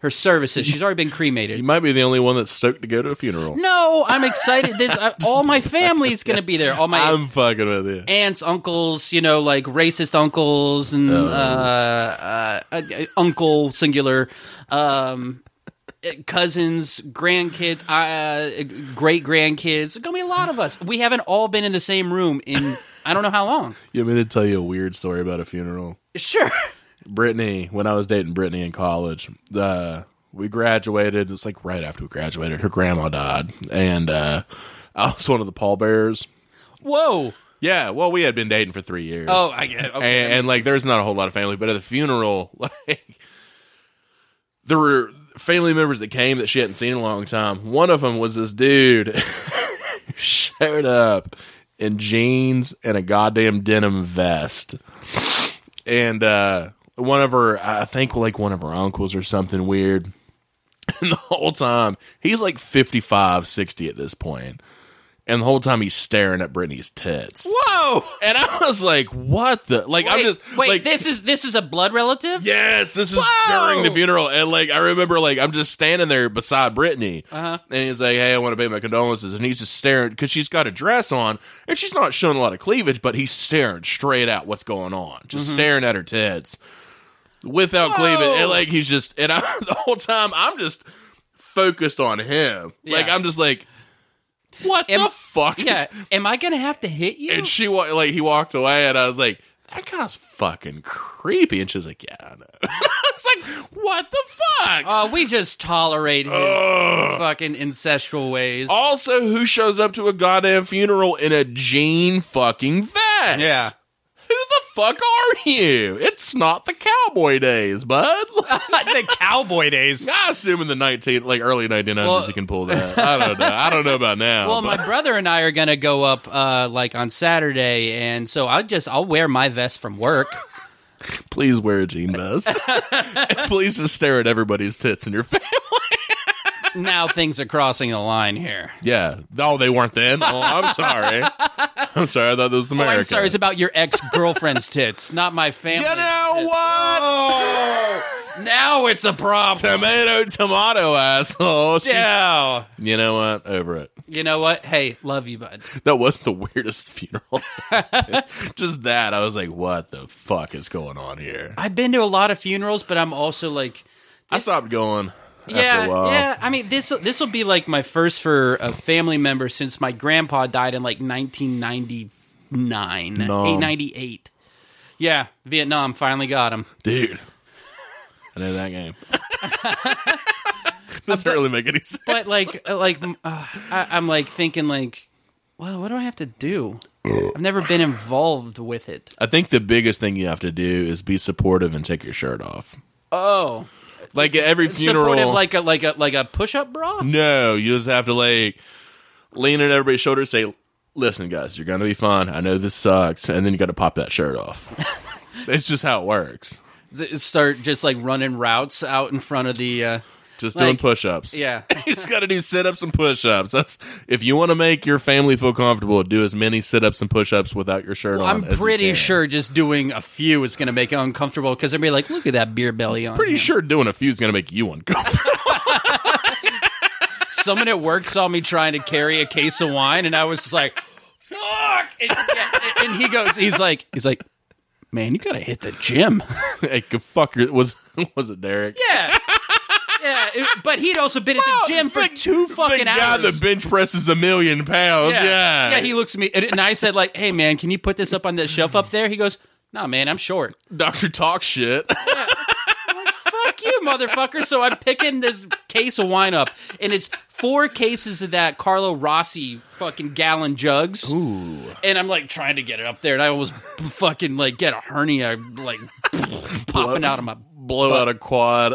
[SPEAKER 2] her services. She's already been cremated.
[SPEAKER 1] You might be the only one that's stoked to go to a funeral.
[SPEAKER 2] No, I'm excited. This I, all my family's gonna be there. All my
[SPEAKER 1] I'm fucking with you.
[SPEAKER 2] aunts, uncles, you know, like racist uncles and
[SPEAKER 1] Oh.
[SPEAKER 2] uh, uh, uh, uncle singular, um, uh, cousins, grandkids, uh, great grandkids. There's gonna be a lot of us. We haven't all been in the same room in I don't know how long.
[SPEAKER 1] You want me to tell you a weird story about a funeral?
[SPEAKER 2] Sure.
[SPEAKER 1] Brittany, when I was dating Brittany in college, uh, we graduated. It's like right after we graduated. Her grandma died, and uh, I was one of the pallbearers.
[SPEAKER 2] Whoa.
[SPEAKER 1] Yeah, well, we had been dating for three years.
[SPEAKER 2] Oh, I get. It. Okay.
[SPEAKER 1] and, and like there's not a whole lot of family, but at the funeral, like there were family members that came that she hadn't seen in a long time. One of them was this dude who showed up in jeans and a goddamn denim vest, and uh, one of her, I think, like one of her uncles or something weird. And the whole time, he's like 55, 60 at this point. And the whole time he's staring at Brittany's tits.
[SPEAKER 2] Whoa.
[SPEAKER 1] And I was like, "What the?" Like, I'm
[SPEAKER 2] Wait,
[SPEAKER 1] just
[SPEAKER 2] wait
[SPEAKER 1] like,
[SPEAKER 2] this is this is a blood relative.
[SPEAKER 1] Yes, this is
[SPEAKER 2] Whoa!
[SPEAKER 1] during the funeral, and like I remember, like I'm just standing there beside Brittany,
[SPEAKER 2] Uh-huh.
[SPEAKER 1] and he's like, "Hey, I want to pay my condolences," and he's just staring because she's got a dress on, and she's not showing a lot of cleavage, but he's staring straight at what's going on,
[SPEAKER 2] Mm-hmm.
[SPEAKER 1] just staring at her tits without cleavage, and like he's just, and I the whole time I'm just focused on him, like
[SPEAKER 2] Yeah.
[SPEAKER 1] I'm just like, "What
[SPEAKER 2] Am-
[SPEAKER 1] the fuck?" is-
[SPEAKER 2] Yeah. Am I gonna have to hit you?
[SPEAKER 1] and she wa- like he walked away, and I was like, "That guy's fucking creepy." And she's like, "Yeah, I know." it's like, "What the fuck?"
[SPEAKER 2] Oh, we just tolerate his
[SPEAKER 1] Ugh.
[SPEAKER 2] fucking ancestral ways.
[SPEAKER 1] also, who shows up to a goddamn funeral in a jean fucking vest?
[SPEAKER 2] Yeah.
[SPEAKER 1] Who the fuck are you? It's not the cowboy days, bud.
[SPEAKER 2] the cowboy days.
[SPEAKER 1] I assume in the nineteen, like early nineteen hundreds,
[SPEAKER 2] Well-
[SPEAKER 1] you can pull that. I don't know. I don't know about now.
[SPEAKER 2] Well,
[SPEAKER 1] but-
[SPEAKER 2] my brother and I are gonna go up uh, like on Saturday, and so I just I'll wear my vest from work.
[SPEAKER 1] please wear a jean vest. please just stare at everybody's tits in your face.
[SPEAKER 2] now things are crossing the line here.
[SPEAKER 1] Yeah. No, they weren't then. Oh, I'm sorry. I'm sorry. I thought this was
[SPEAKER 2] Oh,
[SPEAKER 1] America.
[SPEAKER 2] I'm sorry, it's about your ex girlfriend's tits, not my
[SPEAKER 1] you
[SPEAKER 2] family.
[SPEAKER 1] know what?
[SPEAKER 2] Oh. Now it's a problem.
[SPEAKER 1] tomato, tomato, asshole. She's-
[SPEAKER 2] Yeah.
[SPEAKER 1] You know what? Over it.
[SPEAKER 2] You know what? Hey, love you, bud.
[SPEAKER 1] That was the weirdest funeral. Just that. I was like, what the fuck is going on here?
[SPEAKER 2] I've been to a lot of funerals, but I'm also like
[SPEAKER 1] I stopped going after
[SPEAKER 2] yeah,
[SPEAKER 1] a while.
[SPEAKER 2] yeah. I mean, this this will be like my first for a family member since my grandpa died in like 1999,
[SPEAKER 1] No.
[SPEAKER 2] 898. Yeah, Vietnam finally got him.
[SPEAKER 1] Dude. I know that game. Doesn't really make any sense.
[SPEAKER 2] But like, uh, like uh, I, I'm like thinking like, well, what do I have to do? I've never been involved with it.
[SPEAKER 1] I think the biggest thing you have to do is be supportive and take your shirt off.
[SPEAKER 2] Oh,
[SPEAKER 1] Like at every funeral,
[SPEAKER 2] supportive like a like a like a push up bra.
[SPEAKER 1] No, you just have to like lean on everybody's shoulder, say, "Listen, guys, you're gonna be fine. I know this sucks," and then you got to pop that shirt off. it's just how it works.
[SPEAKER 2] S- Start just like running routes out in front of the. Uh,
[SPEAKER 1] Just doing
[SPEAKER 2] Like,
[SPEAKER 1] push-ups.
[SPEAKER 2] yeah.
[SPEAKER 1] you just got to do sit-ups and push-ups. That's if you want to make your family feel comfortable, do as many sit-ups and push-ups without your shirt on.
[SPEAKER 2] I'm
[SPEAKER 1] as you
[SPEAKER 2] pretty
[SPEAKER 1] can.
[SPEAKER 2] sure just doing a few is going to make it uncomfortable because they'll be like, "Look at that beer belly on."
[SPEAKER 1] Pretty
[SPEAKER 2] him."
[SPEAKER 1] sure doing a few is gonna make you uncomfortable.
[SPEAKER 2] Someone at work saw me trying to carry a case of wine, and I was just like, "Fuck!" And, and he goes, "He's like, he's like, man, you got to hit the gym."
[SPEAKER 1] like fuck, your- was was it Derek?
[SPEAKER 2] Yeah, yeah. it- but he'd also been at the gym for
[SPEAKER 1] the-
[SPEAKER 2] two fucking
[SPEAKER 1] the guy
[SPEAKER 2] hours.
[SPEAKER 1] that bench presses a million pounds. Yeah,
[SPEAKER 2] yeah. He looks at me, and, and I said, "Like, hey, man, can you put this up on that shelf up there?" He goes, "Nah, man, I'm short."
[SPEAKER 1] Doctor talk shit.
[SPEAKER 2] fuck you, motherfucker. So I'm picking this case of wine up, and it's four cases of that Carlo Rossi fucking gallon jugs. Ooh. And I'm like trying to get it up there, and I almost fucking like get a hernia like popping out of my.
[SPEAKER 1] Blow out a quad.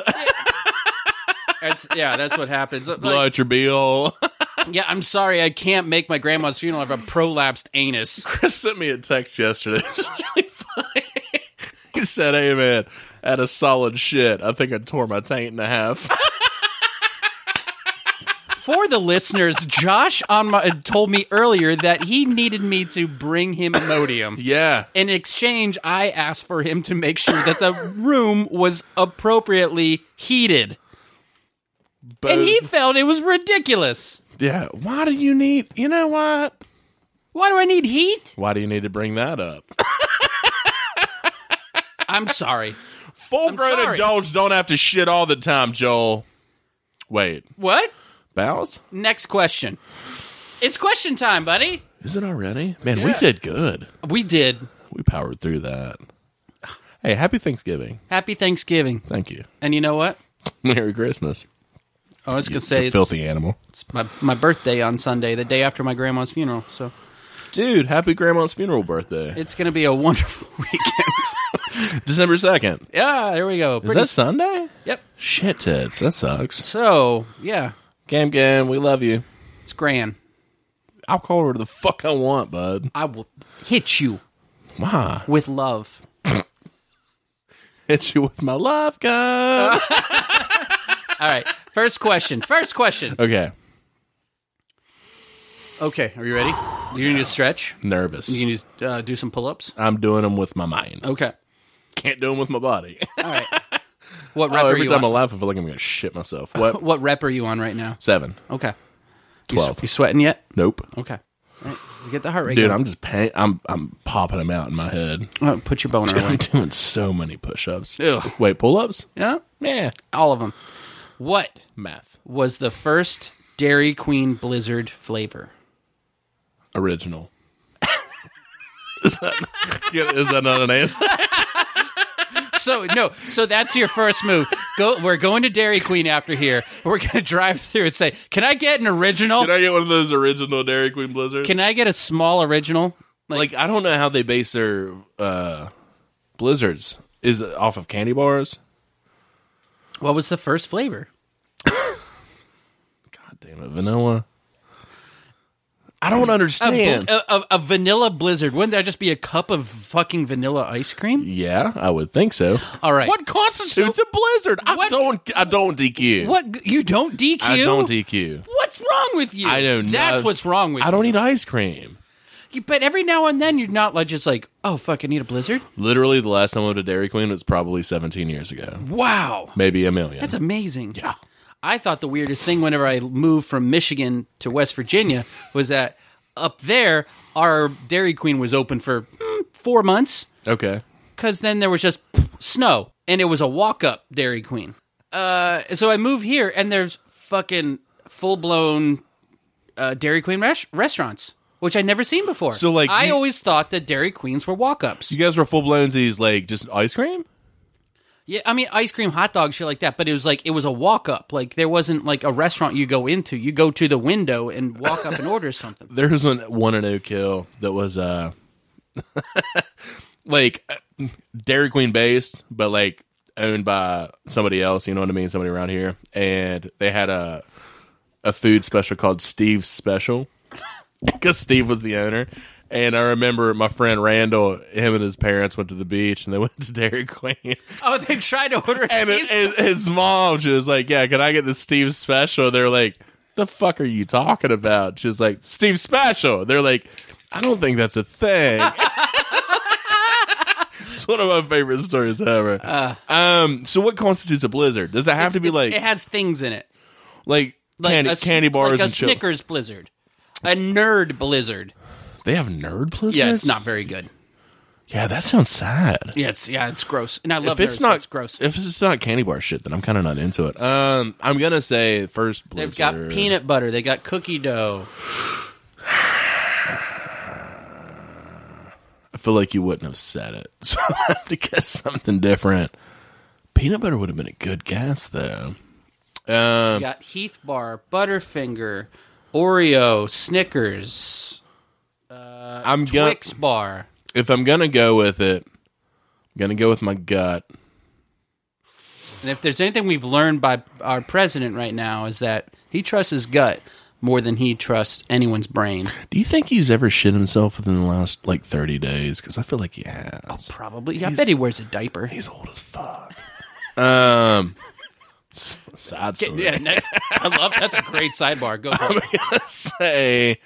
[SPEAKER 2] That's, yeah, that's what happens. Like,
[SPEAKER 1] blow out your bill.
[SPEAKER 2] yeah, I'm sorry, I can't make my grandma's funeral. I have a prolapsed anus.
[SPEAKER 1] Chris sent me a text yesterday. This is really funny. He said, "Hey man, at a solid shit. I think I tore my taint in half."
[SPEAKER 2] For the listeners, Josh on my, told me earlier that he needed me to bring him Imodium.
[SPEAKER 1] yeah,
[SPEAKER 2] In exchange, I asked for him to make sure that the room was appropriately heated.
[SPEAKER 1] but
[SPEAKER 2] And he felt it was ridiculous.
[SPEAKER 1] yeah. Why do you need? You know what?
[SPEAKER 2] Why do I need heat?
[SPEAKER 1] Why do you need to bring that up?
[SPEAKER 2] I'm sorry.
[SPEAKER 1] Full grown
[SPEAKER 2] sorry.
[SPEAKER 1] adults don't have to shit all the time, Joel. Wait,
[SPEAKER 2] What?
[SPEAKER 1] Bows?
[SPEAKER 2] Next question. It's question time, buddy.
[SPEAKER 1] Is it already? Man, we
[SPEAKER 2] Yeah.
[SPEAKER 1] did good.
[SPEAKER 2] We did.
[SPEAKER 1] We powered through that. Hey, happy Thanksgiving.
[SPEAKER 2] Happy Thanksgiving.
[SPEAKER 1] Thank you.
[SPEAKER 2] And you know what?
[SPEAKER 1] Merry Christmas.
[SPEAKER 2] I was going to
[SPEAKER 1] you
[SPEAKER 2] say it's,
[SPEAKER 1] filthy animal.
[SPEAKER 2] it's my, my birthday on Sunday, the day after my grandma's funeral. So
[SPEAKER 1] Dude, happy grandma's funeral birthday.
[SPEAKER 2] it's going to be a wonderful weekend.
[SPEAKER 1] December 2nd.
[SPEAKER 2] yeah, there we go.
[SPEAKER 1] Is
[SPEAKER 2] Pretty-
[SPEAKER 1] that Sunday?
[SPEAKER 2] yep.
[SPEAKER 1] Shit tits. That sucks.
[SPEAKER 2] So, yeah,
[SPEAKER 1] Game game, we love you.
[SPEAKER 2] it's grand.
[SPEAKER 1] I'll call her the fuck I want, bud.
[SPEAKER 2] I will hit you
[SPEAKER 1] Why?
[SPEAKER 2] with love.
[SPEAKER 1] Hit you with my love gun.
[SPEAKER 2] All right. First question. First question.
[SPEAKER 1] okay.
[SPEAKER 2] Okay. Are you ready? You can just stretch.
[SPEAKER 1] Nervous.
[SPEAKER 2] You can just uh, do some pull ups.
[SPEAKER 1] I'm doing them with my mind.
[SPEAKER 2] Okay.
[SPEAKER 1] Can't do them with my body.
[SPEAKER 2] All right. What rep
[SPEAKER 1] Oh,
[SPEAKER 2] are
[SPEAKER 1] every
[SPEAKER 2] you
[SPEAKER 1] time I
[SPEAKER 2] on?
[SPEAKER 1] laugh, I feel like I'm gonna shit myself. What?
[SPEAKER 2] What rep are you on right now?
[SPEAKER 1] Seven.
[SPEAKER 2] Okay. You,
[SPEAKER 1] Twelve.
[SPEAKER 2] s- you sweating yet?
[SPEAKER 1] Nope.
[SPEAKER 2] Okay. All right. You get the heart rate.
[SPEAKER 1] Dude,
[SPEAKER 2] going.
[SPEAKER 1] I'm just paying. I'm I'm popping them out in my head.
[SPEAKER 2] Oh, put your boner
[SPEAKER 1] I'm
[SPEAKER 2] away.
[SPEAKER 1] doing so many push-ups.
[SPEAKER 2] Ugh.
[SPEAKER 1] Wait, pull-ups?
[SPEAKER 2] Yeah,
[SPEAKER 1] Yeah.
[SPEAKER 2] all of them. What
[SPEAKER 1] Math.
[SPEAKER 2] was the first Dairy Queen Blizzard flavor?
[SPEAKER 1] Original. is, that, is that not an answer?
[SPEAKER 2] So no, so that's your first move. Go. We're going to Dairy Queen after here. We're gonna drive through and say, "Can I get an original?
[SPEAKER 1] Did I get one of those original Dairy Queen blizzards?
[SPEAKER 2] Can I get a small original?"
[SPEAKER 1] like, I don't know how they base their uh, blizzards. Is it off of candy bars?
[SPEAKER 2] What was the first flavor?
[SPEAKER 1] God damn it, vanilla. I don't
[SPEAKER 2] A, bl-
[SPEAKER 1] understand.
[SPEAKER 2] a, a- a vanilla blizzard. Wouldn't that just be a cup of fucking vanilla ice cream?
[SPEAKER 1] yeah, I would think so.
[SPEAKER 2] All right.
[SPEAKER 1] What constitutes a blizzard? I
[SPEAKER 2] What-
[SPEAKER 1] don't. I don't DQ.
[SPEAKER 2] What? g- You don't DQ?
[SPEAKER 1] I don't DQ.
[SPEAKER 2] What's wrong with you?
[SPEAKER 1] I don't.
[SPEAKER 2] That's what's wrong with
[SPEAKER 1] I don't eat ice cream.
[SPEAKER 2] you. But every now and then, you're not like just like, oh fuck, I need a blizzard.
[SPEAKER 1] Literally, the last time I went to Dairy Queen was probably 17 years ago.
[SPEAKER 2] Wow,
[SPEAKER 1] Maybe a million.
[SPEAKER 2] that's amazing.
[SPEAKER 1] Yeah.
[SPEAKER 2] I thought the weirdest thing whenever I moved from Michigan to West Virginia was that up there our Dairy Queen was open for mm, four months
[SPEAKER 1] okay.
[SPEAKER 2] because then there was just snow and it was a walk up Dairy Queen. Uh, so I moved here and there's fucking full blown uh, Dairy Queen res- restaurants, which I'd never seen before.
[SPEAKER 1] So, like,
[SPEAKER 2] I
[SPEAKER 1] you-
[SPEAKER 2] always thought that Dairy Queens were walk ups.
[SPEAKER 1] You guys were full blown these like just ice cream?
[SPEAKER 2] Yeah, I mean ice cream, hot dog, shit like that. But it was like it was a walk up. Like there wasn't like a restaurant you go into. You go to the window and walk up and order something.
[SPEAKER 1] There was one one in Oak Hill that was uh like uh, Dairy Queen based, but like owned by somebody else. You know what I mean? Somebody around here, and they had a a food special called Steve's Special because Steve was the owner. And I remember my friend Randall, him and his parents went to the beach and they went to Dairy Queen.
[SPEAKER 2] Oh, they tried to order.
[SPEAKER 1] And, it,
[SPEAKER 2] Steve's-
[SPEAKER 1] and his mom she was like, "Yeah, can I get the Steve special?" They're like, "The fuck are you talking about?" She's like, "Steve special." They're like, "I don't think that's a thing." it's one of my favorite stories ever. um, so what constitutes a blizzard? Does it have to
[SPEAKER 2] Uh.
[SPEAKER 1] be
[SPEAKER 2] It's-
[SPEAKER 1] like
[SPEAKER 2] it has things in it,
[SPEAKER 1] like,
[SPEAKER 2] like
[SPEAKER 1] candy,
[SPEAKER 2] a s-
[SPEAKER 1] candy bars
[SPEAKER 2] like a
[SPEAKER 1] and shit?
[SPEAKER 2] Snickers Blizzard, a nerd Blizzard.
[SPEAKER 1] They have nerd blizzards.
[SPEAKER 2] Yeah, it's not very good.
[SPEAKER 1] Yeah, that sounds sad.
[SPEAKER 2] Yeah, it's yeah, it's gross. And I love
[SPEAKER 1] If it's
[SPEAKER 2] nerds,
[SPEAKER 1] not
[SPEAKER 2] it's gross.
[SPEAKER 1] if it's not candy bar shit, then I'm kind of not into it. Um, I'm gonna say first blizzard.
[SPEAKER 2] They've got peanut butter. They got cookie dough.
[SPEAKER 1] I feel like you wouldn't have said it. So I have to guess something different. Peanut butter would have been a good guess, though.
[SPEAKER 2] They
[SPEAKER 1] Um,
[SPEAKER 2] got Heath Bar, Butterfinger, Oreo, Snickers,
[SPEAKER 1] I'm gonna
[SPEAKER 2] Uh, Twix Bar.
[SPEAKER 1] if I'm gonna go with it, I'm gonna go with my gut.
[SPEAKER 2] And if there's anything we've learned by our president right now is that he trusts his gut more than he trusts anyone's brain.
[SPEAKER 1] Do you think he's ever shit himself within the last like 30 days? Because I feel like he has.
[SPEAKER 2] Probably. I bet he wears a diaper.
[SPEAKER 1] He's old as fuck. um, s- sad story.
[SPEAKER 2] Yeah, next, I love that's a great sidebar. Go for it.
[SPEAKER 1] gonna say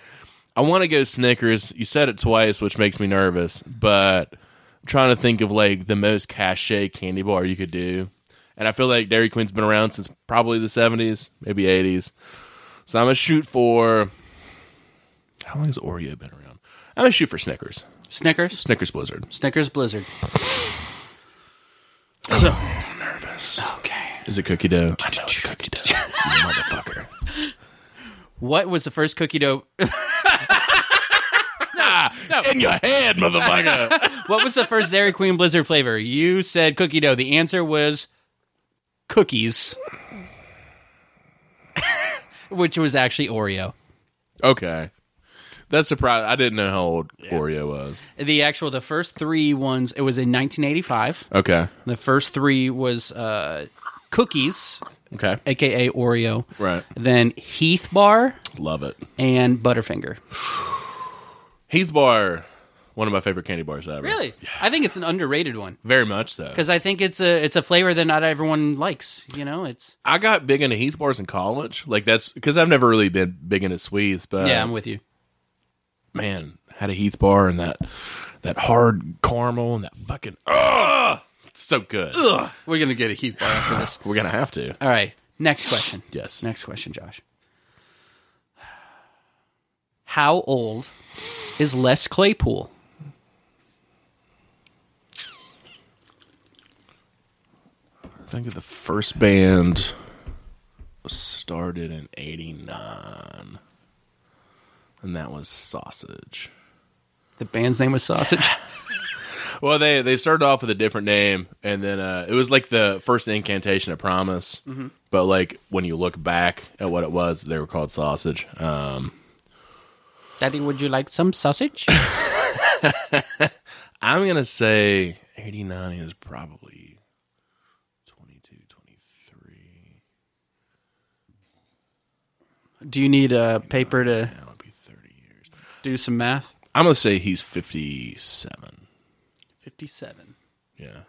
[SPEAKER 1] I want to go Snickers. You said it twice, which makes me nervous. But I'm trying to think of like the most cachet candy bar you could do, and I feel like Dairy Queen's been around since probably the '70s, maybe '80s. So I'm gonna shoot for how long has Oreo been around? I'm gonna shoot for Snickers.
[SPEAKER 2] Snickers.
[SPEAKER 1] Snickers Blizzard.
[SPEAKER 2] Snickers Blizzard. So
[SPEAKER 1] Nervous.
[SPEAKER 2] okay.
[SPEAKER 1] Is it cookie dough? I know it's cookie dough. Motherfucker.
[SPEAKER 2] What was the first cookie dough?
[SPEAKER 1] In your head, motherfucker.
[SPEAKER 2] What was the first Dairy Queen Blizzard flavor? You said cookie dough. The answer was cookies, which was actually Oreo.
[SPEAKER 1] okay. That's surprising. I didn't know how old Oreo was.
[SPEAKER 2] The actual the first three ones. It was in 1985.
[SPEAKER 1] Okay.
[SPEAKER 2] The first three was uh, cookies,
[SPEAKER 1] Okay.
[SPEAKER 2] aka Oreo.
[SPEAKER 1] Right.
[SPEAKER 2] Then Heath Bar
[SPEAKER 1] Love it.
[SPEAKER 2] and Butterfinger.
[SPEAKER 1] Heath Bar, one of my favorite candy bars ever.
[SPEAKER 2] Really, I think it's an underrated one
[SPEAKER 1] Very much so.
[SPEAKER 2] because I think it's a it's a flavor that not everyone likes. You know, it's
[SPEAKER 1] I got big into Heath Bars in college. Like that's because I've never really been big into sweets, but
[SPEAKER 2] yeah, I'm with you.
[SPEAKER 1] man, had a Heath Bar and that that hard caramel and that fucking ugh, it's so good.
[SPEAKER 2] Ugh, we're gonna get a Heath Bar after this.
[SPEAKER 1] We're gonna have to.
[SPEAKER 2] All right, next question.
[SPEAKER 1] Yes.
[SPEAKER 2] Next question, Josh. How old is Les Claypool?
[SPEAKER 1] Think of the first band started in '89, and that was Sausage.
[SPEAKER 2] The band's name was Sausage.
[SPEAKER 1] Well, they they started off with a different name, and then uh, it was like the first incantation of promise.
[SPEAKER 2] Mm-hmm.
[SPEAKER 1] But like when you look back at what it was, they were called sausage. Um,
[SPEAKER 2] Daddy, would you like some sausage?
[SPEAKER 1] I'm gonna say 89 is probably 22, 23.
[SPEAKER 2] Do you need a paper to
[SPEAKER 1] That would be 30 years.
[SPEAKER 2] do some math?
[SPEAKER 1] I'm gonna say he's 57.
[SPEAKER 2] 57.
[SPEAKER 1] Yeah, I'm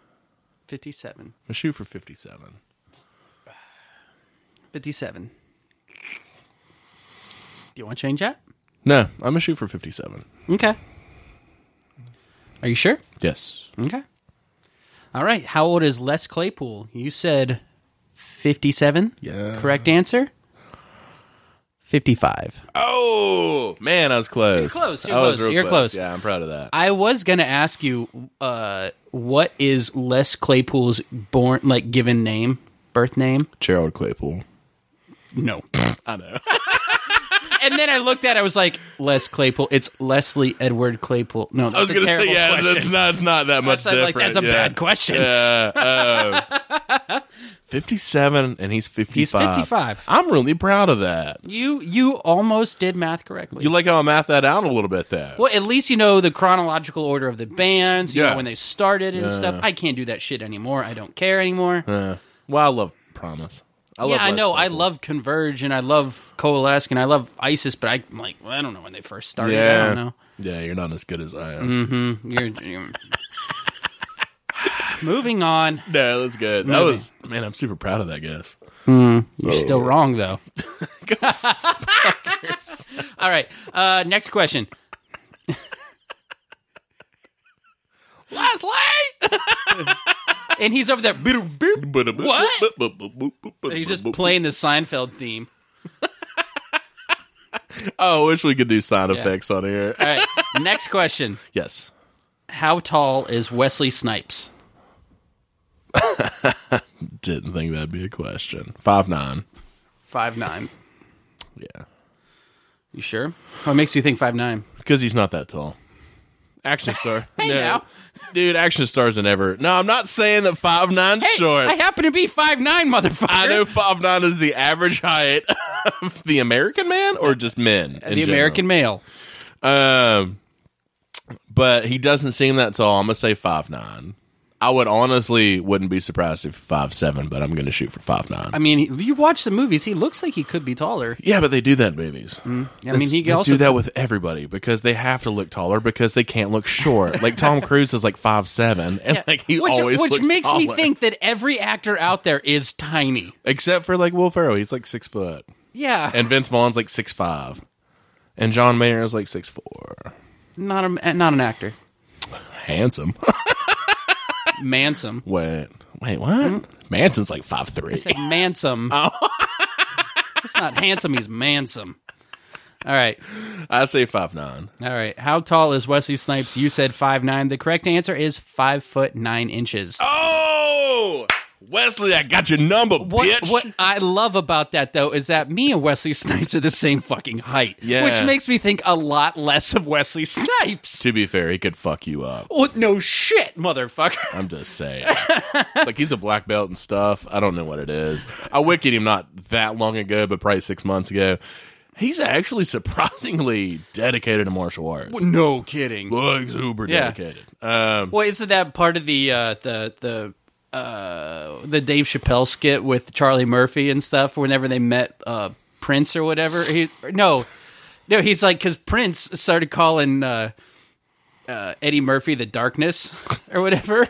[SPEAKER 2] 57.
[SPEAKER 1] gonna shoot for 57.
[SPEAKER 2] 57. Do you want to change that?
[SPEAKER 1] No, I'm gonna shoot for 57.
[SPEAKER 2] Okay. Are you sure?
[SPEAKER 1] Yes.
[SPEAKER 2] Okay. All right. How old is Les Claypool? You said 57.
[SPEAKER 1] Yeah.
[SPEAKER 2] Correct answer? 55.
[SPEAKER 1] Oh man, I was close. You're
[SPEAKER 2] close, you're
[SPEAKER 1] I was
[SPEAKER 2] close,
[SPEAKER 1] real
[SPEAKER 2] you're close.
[SPEAKER 1] Yeah, I'm proud of that.
[SPEAKER 2] I was going to ask you uh, what is Les Claypool's born, like, given name, birth name?
[SPEAKER 1] Gerald Claypool.
[SPEAKER 2] No.
[SPEAKER 1] I know.
[SPEAKER 2] and then I looked at it, I was like, Les Claypool. It's Leslie Edward Claypool. No, that's
[SPEAKER 1] I was
[SPEAKER 2] going
[SPEAKER 1] gonna
[SPEAKER 2] to
[SPEAKER 1] say, yeah, that's not, it's not that much
[SPEAKER 2] That's like-
[SPEAKER 1] different.
[SPEAKER 2] that's a
[SPEAKER 1] yeah.
[SPEAKER 2] bad question.
[SPEAKER 1] Yeah, um, fifty-seven, and he's fifty-five.
[SPEAKER 2] 55.
[SPEAKER 1] I'm really proud of that.
[SPEAKER 2] You, you almost did math correctly.
[SPEAKER 1] You like how I math that out a little bit, though.
[SPEAKER 2] Well, at least you know the chronological order of the bands, you
[SPEAKER 1] Yeah.
[SPEAKER 2] know when they started and stuff. I can't do that shit anymore. I don't care anymore.
[SPEAKER 1] Uh, well, I love Promise. I love
[SPEAKER 2] yeah, I
[SPEAKER 1] Les
[SPEAKER 2] know. I
[SPEAKER 1] Claypool.
[SPEAKER 2] love Converge and I love Coalesce and I love ISIS, but I, am like, well, I don't know when they first started.
[SPEAKER 1] Yeah,
[SPEAKER 2] I don't know. Mm.
[SPEAKER 1] yeah, you're not as good as I am.
[SPEAKER 2] You're, you're- Moving on.
[SPEAKER 1] No, that's good. That was man. I'm super proud of that guess.
[SPEAKER 2] You're
[SPEAKER 1] Oh.
[SPEAKER 2] still wrong, though. All right. Uh, next question.
[SPEAKER 1] Leslie.
[SPEAKER 2] And he's over there.
[SPEAKER 1] What?
[SPEAKER 2] He's just playing the Seinfeld theme.
[SPEAKER 1] Oh, I wish we could do sound effects on here.
[SPEAKER 2] All right. Next question.
[SPEAKER 1] Yes.
[SPEAKER 2] How tall is Wesley Snipes?
[SPEAKER 1] Didn't think that'd be a question. Five nine.
[SPEAKER 2] Five nine.
[SPEAKER 1] Yeah.
[SPEAKER 2] You sure? What makes you think five nine?
[SPEAKER 1] Because he's not that tall. Action star. hey
[SPEAKER 2] now.
[SPEAKER 1] Dude, action stars an ever. No, I'm not saying that five nine's short.
[SPEAKER 2] I happen to be five nine, motherfucker.
[SPEAKER 1] I know five nine is the average height of the American man or just men. in
[SPEAKER 2] the
[SPEAKER 1] general?
[SPEAKER 2] American male.
[SPEAKER 1] Um but he doesn't seem that tall. I'm gonna say five nine. I would honestly wouldn't be surprised if five seven, but I'm going to shoot for five nine.
[SPEAKER 2] I mean, he- you watch the movies. He looks like he could be taller.
[SPEAKER 1] yeah, but they do that in movies.
[SPEAKER 2] I mean, he
[SPEAKER 1] they
[SPEAKER 2] also
[SPEAKER 1] do that with everybody because they have to look taller because they can't look short. Like Tom Cruise is like five seven, and
[SPEAKER 2] Yeah.
[SPEAKER 1] like he
[SPEAKER 2] which,
[SPEAKER 1] always
[SPEAKER 2] which
[SPEAKER 1] looks
[SPEAKER 2] makes me
[SPEAKER 1] taller.
[SPEAKER 2] think that every actor out there is tiny.
[SPEAKER 1] except for like Will Ferrell, he's like six foot,
[SPEAKER 2] Yeah,
[SPEAKER 1] and Vince Vaughn's like six five, and John Mayer is like six four,
[SPEAKER 2] not a not an actor.
[SPEAKER 1] handsome.
[SPEAKER 2] Mansome.
[SPEAKER 1] wait, wait,
[SPEAKER 2] Hmm?
[SPEAKER 1] what? Manson's like five three.
[SPEAKER 2] I said mansome. Oh. it's not handsome. He's mansome. All right,
[SPEAKER 1] I say five nine.
[SPEAKER 2] all right. How tall is Wesley Snipes? You said five nine. The correct answer is five foot nine inches.
[SPEAKER 1] Oh, Wesley, I got your number,
[SPEAKER 2] What,
[SPEAKER 1] bitch.
[SPEAKER 2] what I love about that though is that me and Wesley Snipes are the same fucking height,
[SPEAKER 1] Yeah.
[SPEAKER 2] which makes me think a lot less of Wesley Snipes.
[SPEAKER 1] To be fair, he could fuck you up.
[SPEAKER 2] Well, no shit, motherfucker.
[SPEAKER 1] I'm just saying. like he's a black belt and stuff. I don't know what it is. I wicked him not that long ago, but probably six months ago. He's actually surprisingly dedicated to martial arts.
[SPEAKER 2] No kidding.
[SPEAKER 1] Like super
[SPEAKER 2] Yeah.
[SPEAKER 1] dedicated. Um,
[SPEAKER 2] Well, isn't that part of the uh, the the uh, the Dave Chappelle skit with Charlie Murphy and stuff? Whenever they met uh, Prince or whatever, he or no, no, he's like because Prince started calling uh, uh, Eddie Murphy the Darkness or whatever.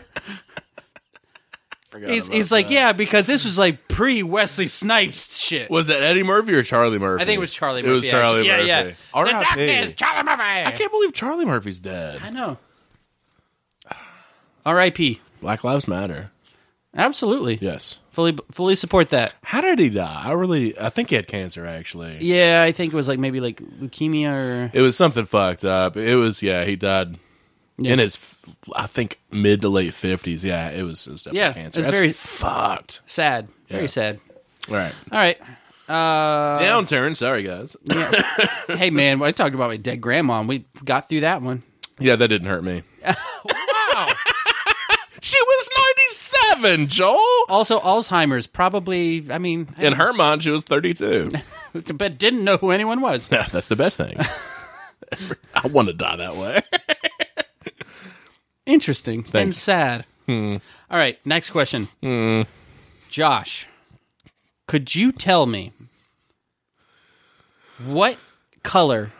[SPEAKER 1] forgot
[SPEAKER 2] He's
[SPEAKER 1] about
[SPEAKER 2] he's like
[SPEAKER 1] that.
[SPEAKER 2] yeah because this was like pre Wesley Snipes shit.
[SPEAKER 1] Was that Eddie Murphy or Charlie Murphy?
[SPEAKER 2] I think it was Charlie
[SPEAKER 1] It was
[SPEAKER 2] Murphy,
[SPEAKER 1] Charlie
[SPEAKER 2] actually. Yeah,
[SPEAKER 1] Murphy.
[SPEAKER 2] yeah. The
[SPEAKER 1] R.I.P..
[SPEAKER 2] Darkness, Charlie Murphy.
[SPEAKER 1] I can't believe Charlie Murphy's dead.
[SPEAKER 2] I know. R.I.P.
[SPEAKER 1] Black Lives Matter.
[SPEAKER 2] Absolutely.
[SPEAKER 1] Yes.
[SPEAKER 2] Fully fully support that.
[SPEAKER 1] How did he die? I really, I think he had cancer actually.
[SPEAKER 2] Yeah, I think it was like maybe like leukemia or
[SPEAKER 1] It was something fucked up. It was yeah. He died in his, f- I think mid to late fifties. Yeah, it was. It was definitely
[SPEAKER 2] Yeah,
[SPEAKER 1] cancer.
[SPEAKER 2] it's
[SPEAKER 1] That's
[SPEAKER 2] very-
[SPEAKER 1] fucked.
[SPEAKER 2] sad.
[SPEAKER 1] Yeah.
[SPEAKER 2] Very sad.
[SPEAKER 1] All right,
[SPEAKER 2] All right. Uh,
[SPEAKER 1] downturn. Sorry guys.
[SPEAKER 2] hey man, I talked about my dead grandma. and We got through that one.
[SPEAKER 1] yeah, that didn't hurt me.
[SPEAKER 2] Wow.
[SPEAKER 1] She was ninety seven, Joel.
[SPEAKER 2] also, Alzheimer's probably. I mean, I
[SPEAKER 1] In her mind, she was thirty two.
[SPEAKER 2] don't- but didn't know who anyone was.
[SPEAKER 1] That's the best thing. I want to die that way.
[SPEAKER 2] Interesting and
[SPEAKER 1] Thanks.
[SPEAKER 2] sad. All right, next question. Hmm. Josh, could you tell me what color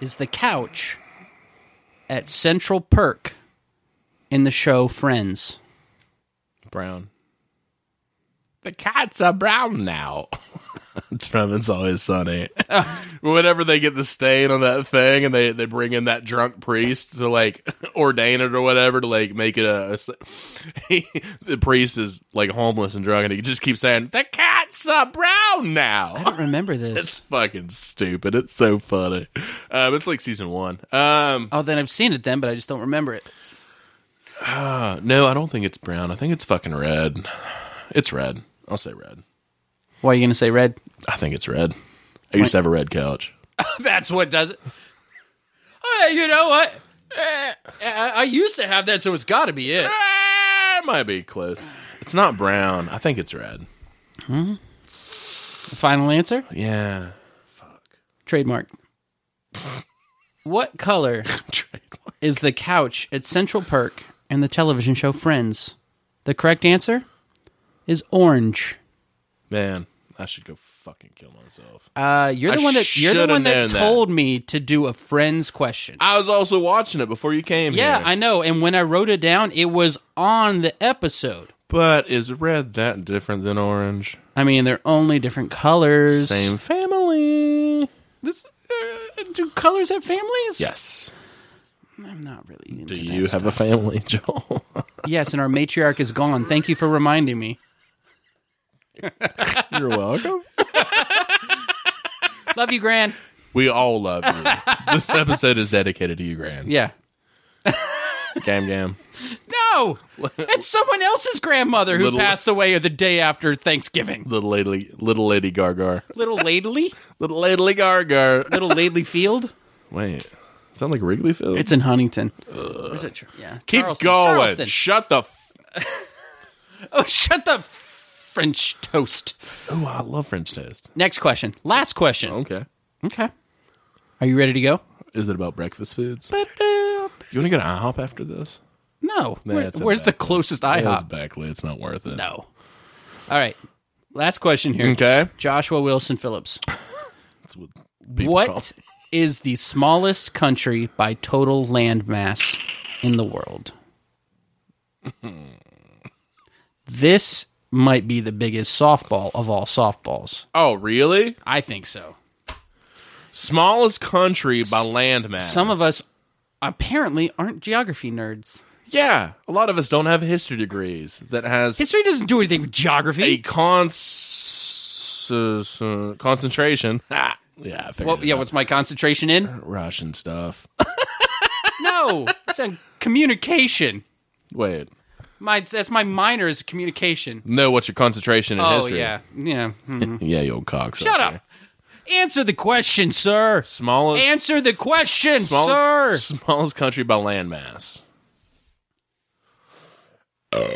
[SPEAKER 2] is the couch at Central Perk in the show Friends?
[SPEAKER 1] Brown. The cats are brown now. it's from It's Always Sunny. Whenever they get the stain on that thing and they, they bring in that drunk priest to like ordain it or whatever to like make it a. a s- he, the priest is like homeless and drunk and he just keeps saying, The cats are brown
[SPEAKER 2] I
[SPEAKER 1] now.
[SPEAKER 2] don't remember this.
[SPEAKER 1] It's fucking stupid. It's so funny. Um, it's like season one. Um,
[SPEAKER 2] oh, then I've seen it then, but I just don't remember it.
[SPEAKER 1] uh, no, I don't think it's brown. I think it's fucking red. It's red. I'll say red.
[SPEAKER 2] Why are you going to say red?
[SPEAKER 1] I think it's red. I used to have a red couch.
[SPEAKER 2] That's what does it. Uh, you know what? Eh, I, I used to have that, so it's got to be it.
[SPEAKER 1] Ah, It might be close. It's not brown. I think it's red.
[SPEAKER 2] Final answer?
[SPEAKER 1] Yeah.
[SPEAKER 2] Trademark. What color
[SPEAKER 1] Trademark.
[SPEAKER 2] is the couch at Central Perk in the television show Friends? The correct answer is orange.
[SPEAKER 1] Man, I should go fucking kill myself.
[SPEAKER 2] Uh, you're the
[SPEAKER 1] I
[SPEAKER 2] one that you're the
[SPEAKER 1] shoulda
[SPEAKER 2] one that
[SPEAKER 1] known that.
[SPEAKER 2] told me to do a Friends question.
[SPEAKER 1] I was also watching it before you came
[SPEAKER 2] yeah,
[SPEAKER 1] here.
[SPEAKER 2] I know. And when I wrote it down, it was on the episode.
[SPEAKER 1] but is red that different than orange?
[SPEAKER 2] I mean, they're only different colors.
[SPEAKER 1] Same family.
[SPEAKER 2] This, uh, do colors have families?
[SPEAKER 1] Yes.
[SPEAKER 2] I'm not really. Into
[SPEAKER 1] Do
[SPEAKER 2] that
[SPEAKER 1] you have a family, Joel?
[SPEAKER 2] Yes, and our matriarch is gone. Thank you for reminding me.
[SPEAKER 1] You're welcome.
[SPEAKER 2] Love you, Gran.
[SPEAKER 1] We all love you. this episode is dedicated to you, Grand.
[SPEAKER 2] Yeah.
[SPEAKER 1] Gam gam.
[SPEAKER 2] No, it's someone else's grandmother who
[SPEAKER 1] Little-
[SPEAKER 2] passed away the day after Thanksgiving.
[SPEAKER 1] Little lady, little lady Gargar.
[SPEAKER 2] Little Laidley,
[SPEAKER 1] Little lady Gargar.
[SPEAKER 2] Little Laidley Field.
[SPEAKER 1] Wait, sound like Wrigley Field?
[SPEAKER 2] It's in Huntington. Where's it? Yeah,
[SPEAKER 1] Keep
[SPEAKER 2] Charleston.
[SPEAKER 1] going.
[SPEAKER 2] Charleston.
[SPEAKER 1] Shut the. F-
[SPEAKER 2] Oh, shut the f- French toast.
[SPEAKER 1] oh, I love French toast.
[SPEAKER 2] Next question. Last question.
[SPEAKER 1] Okay,
[SPEAKER 2] Okay. Are you ready to go?
[SPEAKER 1] is it about breakfast foods? You want to go to IHOP after this?
[SPEAKER 2] No.
[SPEAKER 1] Nah,
[SPEAKER 2] Where-
[SPEAKER 1] it's in
[SPEAKER 2] where's the
[SPEAKER 1] backlit.
[SPEAKER 2] closest
[SPEAKER 1] It was
[SPEAKER 2] IHOP?
[SPEAKER 1] backlit. It's not worth it.
[SPEAKER 2] No. All right. Last question here.
[SPEAKER 1] Okay.
[SPEAKER 2] Joshua Wilson Phillips.
[SPEAKER 1] That's what
[SPEAKER 2] What is
[SPEAKER 1] people call-
[SPEAKER 2] the smallest country by total land mass in the world? this might be the biggest softball of all softballs.
[SPEAKER 1] Oh, really?
[SPEAKER 2] I think so.
[SPEAKER 1] Smallest country by landmass.
[SPEAKER 2] Some of us apparently aren't geography nerds.
[SPEAKER 1] Yeah, a lot of us don't have history degrees that has
[SPEAKER 2] History doesn't do anything with
[SPEAKER 1] a
[SPEAKER 2] geography.
[SPEAKER 1] cons- uh, concentration. Ah, yeah, I figured
[SPEAKER 2] Well,
[SPEAKER 1] it
[SPEAKER 2] yeah,
[SPEAKER 1] out.
[SPEAKER 2] what's my concentration in?
[SPEAKER 1] Russian stuff.
[SPEAKER 2] No, it's in communication.
[SPEAKER 1] Wait,
[SPEAKER 2] My that's my minor is communication.
[SPEAKER 1] no, what's your concentration in
[SPEAKER 2] Oh
[SPEAKER 1] history?
[SPEAKER 2] yeah, yeah. hmm.
[SPEAKER 1] yeah, you old cock.
[SPEAKER 2] Shut up. Answer the question, sir.
[SPEAKER 1] Smallest,
[SPEAKER 2] Answer the question,
[SPEAKER 1] smallest,
[SPEAKER 2] sir.
[SPEAKER 1] smallest country by landmass. Uh,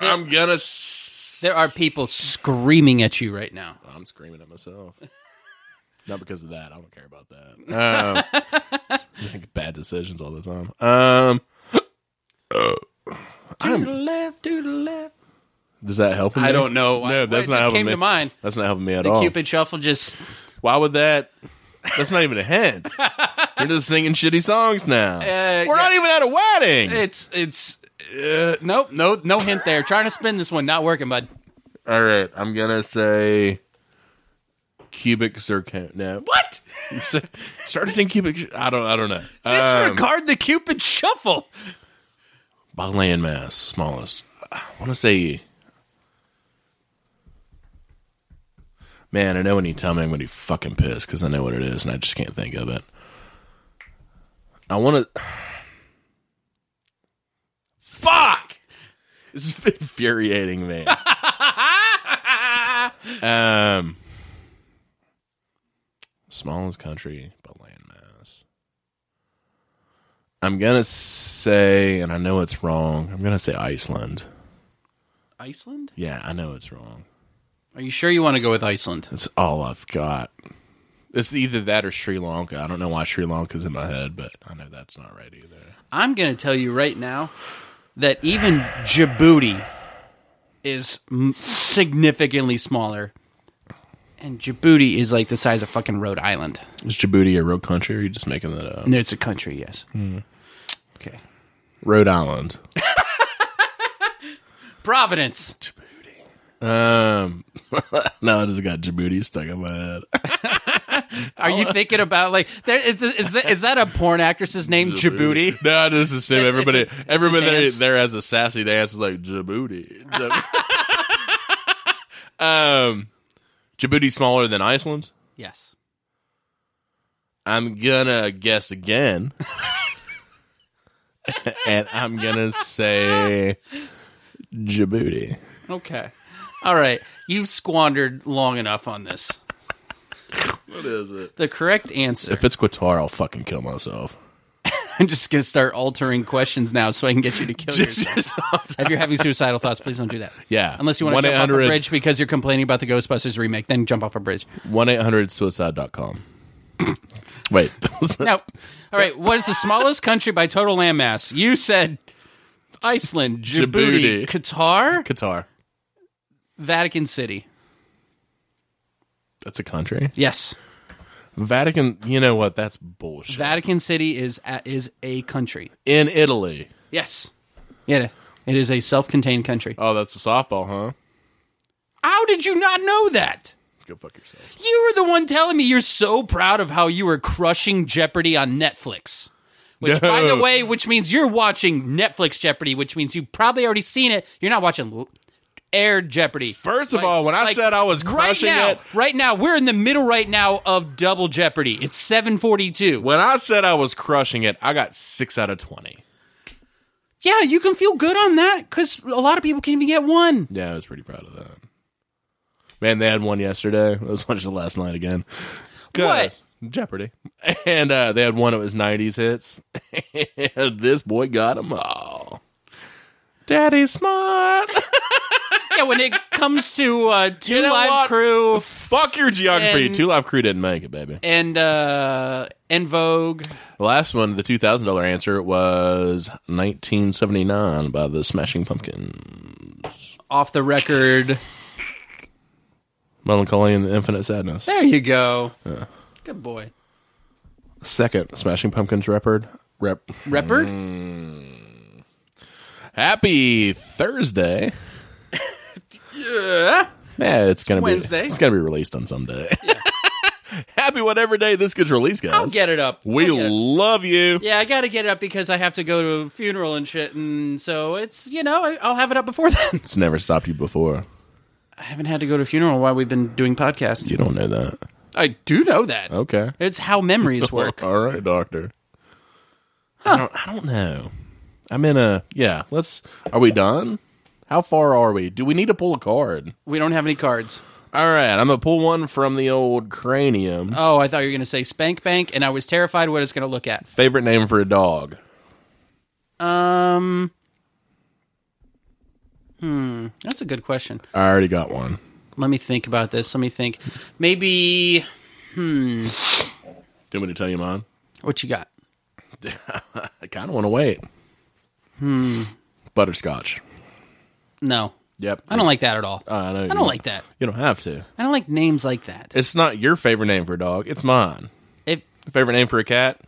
[SPEAKER 1] I'm gonna. S-
[SPEAKER 2] There are people screaming at you right now.
[SPEAKER 1] I'm screaming at myself. Not because of that. I don't care about that. Um, I make bad decisions all the time. Um,
[SPEAKER 2] To the left, to the left.
[SPEAKER 1] does that help? him
[SPEAKER 2] I
[SPEAKER 1] there?
[SPEAKER 2] don't know. Why-
[SPEAKER 1] No,
[SPEAKER 2] why
[SPEAKER 1] that's
[SPEAKER 2] it
[SPEAKER 1] not
[SPEAKER 2] just
[SPEAKER 1] helping
[SPEAKER 2] came
[SPEAKER 1] me.
[SPEAKER 2] to mind.
[SPEAKER 1] That's not helping me at
[SPEAKER 2] The
[SPEAKER 1] all.
[SPEAKER 2] Cupid shuffle just
[SPEAKER 1] Why would that? That's not even a hint. You're just singing shitty songs now.
[SPEAKER 2] Uh,
[SPEAKER 1] We're not even at a wedding.
[SPEAKER 2] it's it's uh, nope, no no hint there. Trying to spin this one, not working, bud.
[SPEAKER 1] all right, I'm gonna say cubic zircon. No,
[SPEAKER 2] What?
[SPEAKER 1] You said- start to sing cubic. I don't. I don't know. Um,
[SPEAKER 2] Disregard the Cupid shuffle.
[SPEAKER 1] by landmass, smallest. I want to say, man, I know when you tell me I'm going to be fucking pissed because I know what it is and I just can't think of it. I want to. Fuck! This is infuriating me. um, smallest country by landmass. I'm gonna say, and I know it's wrong. I'm gonna say Iceland.
[SPEAKER 2] Iceland?
[SPEAKER 1] Yeah, I know it's wrong.
[SPEAKER 2] Are you sure you want to go with Iceland?
[SPEAKER 1] That's all I've got. It's either that or Sri Lanka. I don't know why Sri Lanka's in my head, but I know that's not right either.
[SPEAKER 2] I'm going to tell you right now that even Djibouti is m- significantly smaller. And Djibouti is like the size of fucking Rhode Island.
[SPEAKER 1] Is Djibouti a real country? Or are you just making that up?
[SPEAKER 2] And it's a country, yes. Okay.
[SPEAKER 1] Rhode Island.
[SPEAKER 2] Providence.
[SPEAKER 1] Um, no, I just got Djibouti stuck in my head.
[SPEAKER 2] Are you
[SPEAKER 1] Oh.
[SPEAKER 2] thinking about like there is is that, is that a porn actress's name Djibouti?
[SPEAKER 1] No, I just assume
[SPEAKER 2] It's-
[SPEAKER 1] everybody,
[SPEAKER 2] it's a- it's a
[SPEAKER 1] everybody there,
[SPEAKER 2] dance.
[SPEAKER 1] there has a sassy dance. It's like Djibouti. Djib- um, Djibouti smaller than Iceland.
[SPEAKER 2] Yes.
[SPEAKER 1] I'm gonna guess again, and I'm gonna say Djibouti.
[SPEAKER 2] Okay. All right. You've squandered long enough on this.
[SPEAKER 1] What is it?
[SPEAKER 2] The correct answer.
[SPEAKER 1] If it's Qatar, I'll fucking kill myself.
[SPEAKER 2] I'm just going to start altering questions now so I can get you to kill
[SPEAKER 1] Just-
[SPEAKER 2] yourself. If you're having suicidal thoughts, please don't do that.
[SPEAKER 1] yeah,
[SPEAKER 2] Unless you want to jump off a
[SPEAKER 1] 1-800
[SPEAKER 2] bridge because you're complaining about the Ghostbusters remake, then jump off a bridge.
[SPEAKER 1] One eight hundred suicide.com. Wait,
[SPEAKER 2] No. All right. What is the smallest country by total landmass? You said Iceland, Djibouti,
[SPEAKER 1] Djibouti.
[SPEAKER 2] Qatar,
[SPEAKER 1] Qatar.
[SPEAKER 2] Vatican City.
[SPEAKER 1] That's a country.
[SPEAKER 2] Yes.
[SPEAKER 1] Vatican. You know what? That's bullshit.
[SPEAKER 2] Vatican City is a, is a country.
[SPEAKER 1] In Italy.
[SPEAKER 2] Yes. Yeah. It is a self-contained country.
[SPEAKER 1] Oh, that's a softball, huh?
[SPEAKER 2] How did you not know that?
[SPEAKER 1] Go fuck yourself.
[SPEAKER 2] You were the one telling me you're so proud of how you were crushing Jeopardy on Netflix. Which, by the
[SPEAKER 1] No.
[SPEAKER 2] way, which means you're watching Netflix Jeopardy, which means you've probably already seen it. You're not watching l- Air Jeopardy.
[SPEAKER 1] First of all, when I
[SPEAKER 2] like,
[SPEAKER 1] said I was
[SPEAKER 2] Right
[SPEAKER 1] crushing
[SPEAKER 2] now,
[SPEAKER 1] it,
[SPEAKER 2] right now, we're in the middle right now of Double Jeopardy. It's 742.
[SPEAKER 1] when I said I was crushing it, I got six out of twenty.
[SPEAKER 2] Yeah, you can feel good on that because a lot of people can't even get one.
[SPEAKER 1] Yeah, I was pretty proud of that. Man, they had one yesterday. I was watching it last night again.
[SPEAKER 2] What?
[SPEAKER 1] God, Jeopardy. And uh, they had one that was 90s hits. and this boy got them all. Daddy's smart.
[SPEAKER 2] yeah, when it comes to uh, Two
[SPEAKER 1] know
[SPEAKER 2] Live
[SPEAKER 1] what?
[SPEAKER 2] Crew
[SPEAKER 1] Fuck your geography.
[SPEAKER 2] And-
[SPEAKER 1] Two Live Crew didn't make it, baby.
[SPEAKER 2] and uh, and Vogue,
[SPEAKER 1] The last one, the two thousand dollar answer was nineteen seventy nine by the Smashing Pumpkin,
[SPEAKER 2] off the record.
[SPEAKER 1] Melancholy and the Infinite Sadness.
[SPEAKER 2] There you go. Good boy.
[SPEAKER 1] Second, Smashing Pumpkins record. Rep.
[SPEAKER 2] Reppard?
[SPEAKER 1] Happy Thursday.
[SPEAKER 2] Yeah.
[SPEAKER 1] Yeah, it's gonna
[SPEAKER 2] Wednesday.
[SPEAKER 1] be It's gonna be released on someday. Happy whatever day this gets released, guys.
[SPEAKER 2] I'll get it up.
[SPEAKER 1] we
[SPEAKER 2] I'll get it.
[SPEAKER 1] love you.
[SPEAKER 2] Yeah, I gotta get it up because I have to go to a funeral and shit, and so it's you know I- I'll have it up before then.
[SPEAKER 1] It's never stopped you before.
[SPEAKER 2] I haven't had to go to a funeral while we've been doing podcasts.
[SPEAKER 1] You don't know that.
[SPEAKER 2] I do know that.
[SPEAKER 1] Okay.
[SPEAKER 2] It's how memories work.
[SPEAKER 1] All right, doctor. I don't. I don't know. I'm in a. Yeah. Let's. Are we done? How far are we? Do we need to pull a card?
[SPEAKER 2] we don't have any cards.
[SPEAKER 1] All right. I'm gonna pull one from the old cranium.
[SPEAKER 2] Oh, I thought you were gonna say Spank Bank, and I was terrified what it's gonna look at.
[SPEAKER 1] Favorite name for a dog.
[SPEAKER 2] Um. Hmm, that's a good question.
[SPEAKER 1] I already got one.
[SPEAKER 2] Let me think about this. Let me think. Maybe
[SPEAKER 1] Do you want me to tell you mine?
[SPEAKER 2] what you got?
[SPEAKER 1] I kind of want to wait. Hmm. Butterscotch.
[SPEAKER 2] No,
[SPEAKER 1] Hmm. Yep.
[SPEAKER 2] I don't like that at all.
[SPEAKER 1] Uh, I, know
[SPEAKER 2] I don't like that.
[SPEAKER 1] You don't have to.
[SPEAKER 2] I don't like names like that.
[SPEAKER 1] It's not your favorite name for a dog. It's mine.
[SPEAKER 2] If
[SPEAKER 1] Favorite name for a cat?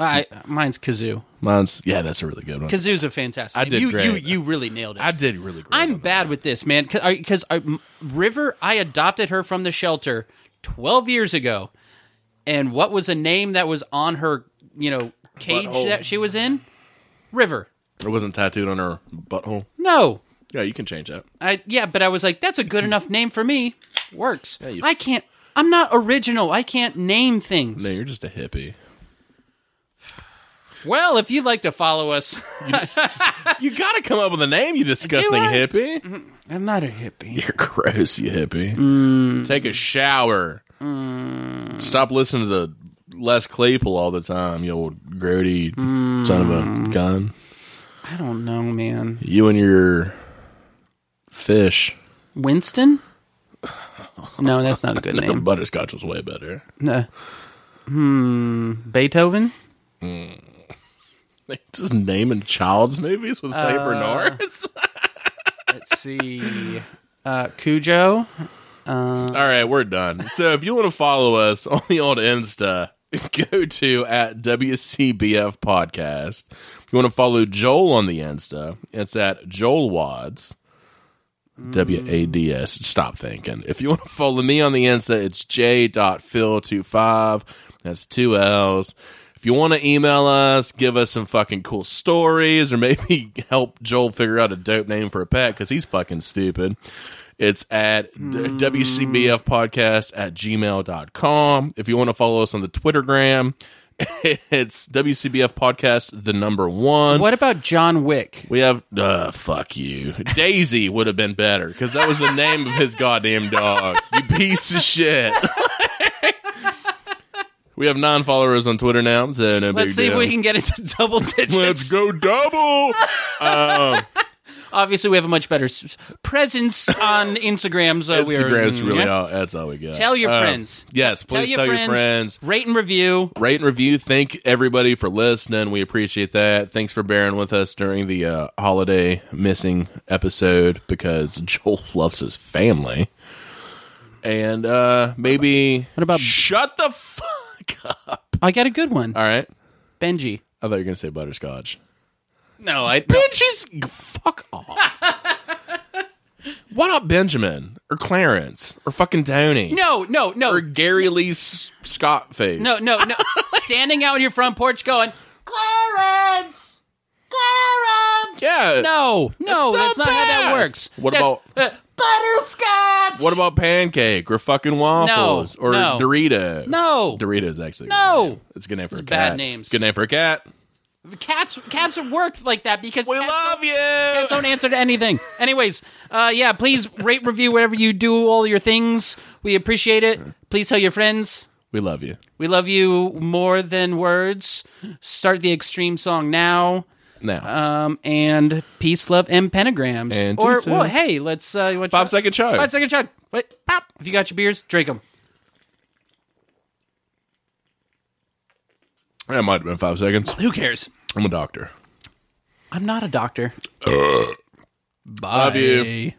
[SPEAKER 2] I, mine's Kazoo.
[SPEAKER 1] Mine's. Yeah, that's a really good one.
[SPEAKER 2] Kazoo's a fantastic.
[SPEAKER 1] I
[SPEAKER 2] name.
[SPEAKER 1] did
[SPEAKER 2] you,
[SPEAKER 1] great.
[SPEAKER 2] you you really nailed it.
[SPEAKER 1] I did really great.
[SPEAKER 2] I'm bad with this, man. Because uh, River, I adopted her from the shelter 12 years ago, and what was a name that was on her, you know, cage
[SPEAKER 1] Butthole.
[SPEAKER 2] that she was in? River.
[SPEAKER 1] It wasn't tattooed on her butthole.
[SPEAKER 2] No,
[SPEAKER 1] Yeah, you can change that.
[SPEAKER 2] I yeah, but I was like, that's a good enough name for me. Works.
[SPEAKER 1] you-
[SPEAKER 2] I can't. I'm not original. I can't name things.
[SPEAKER 1] No, you're just a hippie.
[SPEAKER 2] well, if you'd like to follow us,
[SPEAKER 1] you got to come up with a name, you disgusting
[SPEAKER 2] I?
[SPEAKER 1] hippie.
[SPEAKER 2] I'm not a hippie.
[SPEAKER 1] You're gross, you hippie. Take a shower. Stop listening to the Les Claypool all the time, you old grody son of a gun.
[SPEAKER 2] I don't know, man.
[SPEAKER 1] You and your fish.
[SPEAKER 2] Winston? No, that's not a good
[SPEAKER 1] The
[SPEAKER 2] name.
[SPEAKER 1] butterscotch was way better.
[SPEAKER 2] Uh, hmm, Beethoven.
[SPEAKER 1] Just naming child's movies with Saint Bernards.
[SPEAKER 2] Let's see, uh, Cujo.
[SPEAKER 1] All right, we're done. So if you want to follow us on the old Insta, go to at WCBF Podcast. If you want to follow Joel on the Insta, it's at Joel Wads. W A D S. Stop thinking. If you want to follow me on the Insta, it's j.phil25. That's two L's. If you want to email us, give us some fucking cool stories, or maybe help Joel figure out a dope name for a pet because he's fucking stupid. It's at d- WCBFpodcast at gmail.com. If you want to follow us on the Twittergram, it's WCBF Podcast, the number one.
[SPEAKER 2] What about John Wick?
[SPEAKER 1] We have uh fuck you. Daisy would have been better because that was the name of his goddamn dog. You piece of shit. we have nine followers on Twitter now, so no big
[SPEAKER 2] Let's see if
[SPEAKER 1] deal.
[SPEAKER 2] we can get it to double digits.
[SPEAKER 1] Let's go double.
[SPEAKER 2] Obviously, we have a much better s- presence on Instagram, so we are
[SPEAKER 1] Instagram's
[SPEAKER 2] mm,
[SPEAKER 1] really
[SPEAKER 2] yeah.
[SPEAKER 1] all. That's all we got.
[SPEAKER 2] Tell your
[SPEAKER 1] Um,
[SPEAKER 2] friends.
[SPEAKER 1] Yes, please tell, your, friends.
[SPEAKER 2] Rate and review.
[SPEAKER 1] Rate and review. Thank everybody for listening. We appreciate that. Thanks for bearing with us during the uh, holiday missing episode because Joel loves his family. And uh maybe
[SPEAKER 2] What about-
[SPEAKER 1] shut the fuck up?
[SPEAKER 2] I got a good one.
[SPEAKER 1] All right,
[SPEAKER 2] Benji.
[SPEAKER 1] I thought you were gonna say butterscotch.
[SPEAKER 2] No, I.
[SPEAKER 1] Benji's fuck off. Why not Benjamin or Clarence or fucking Tony
[SPEAKER 2] No, no,
[SPEAKER 1] or
[SPEAKER 2] no,
[SPEAKER 1] Gary Lee S- Scott face?
[SPEAKER 2] no, no, no. Standing out on your front porch, going, Clarence, Clarence.
[SPEAKER 1] yeah.
[SPEAKER 2] No, no, that's,
[SPEAKER 1] the
[SPEAKER 2] not how that
[SPEAKER 1] best.
[SPEAKER 2] works.
[SPEAKER 1] What
[SPEAKER 2] That's-
[SPEAKER 1] about-
[SPEAKER 2] uh, butterscotch?
[SPEAKER 1] What about pancake or fucking waffles or
[SPEAKER 2] no.
[SPEAKER 1] Dorito?
[SPEAKER 2] No.
[SPEAKER 1] Doritos actually. a good
[SPEAKER 2] No.
[SPEAKER 1] name. it's a good name for a
[SPEAKER 2] bad
[SPEAKER 1] cat.
[SPEAKER 2] names.
[SPEAKER 1] It's a good name for a cat.
[SPEAKER 2] cats? Cats are worked like that because
[SPEAKER 1] We
[SPEAKER 2] cats
[SPEAKER 1] love you.
[SPEAKER 2] cats don't answer to anything. Anyways, uh, yeah, please rate, review, whatever you do, all your things. We appreciate it. Please tell your friends.
[SPEAKER 1] We love you.
[SPEAKER 2] We love you more than words. Start the extreme song now.
[SPEAKER 1] Now,
[SPEAKER 2] Um, and peace, love, and pentagrams.
[SPEAKER 1] And
[SPEAKER 2] or
[SPEAKER 1] deuces.
[SPEAKER 2] well, hey, let's uh, you want
[SPEAKER 1] five second chug.
[SPEAKER 2] Five second chug. Wait, pop. If you got your beers, drink them.
[SPEAKER 1] That might have been five seconds.
[SPEAKER 2] Who cares?
[SPEAKER 1] I'm a doctor.
[SPEAKER 2] I'm not a doctor.
[SPEAKER 1] Love you.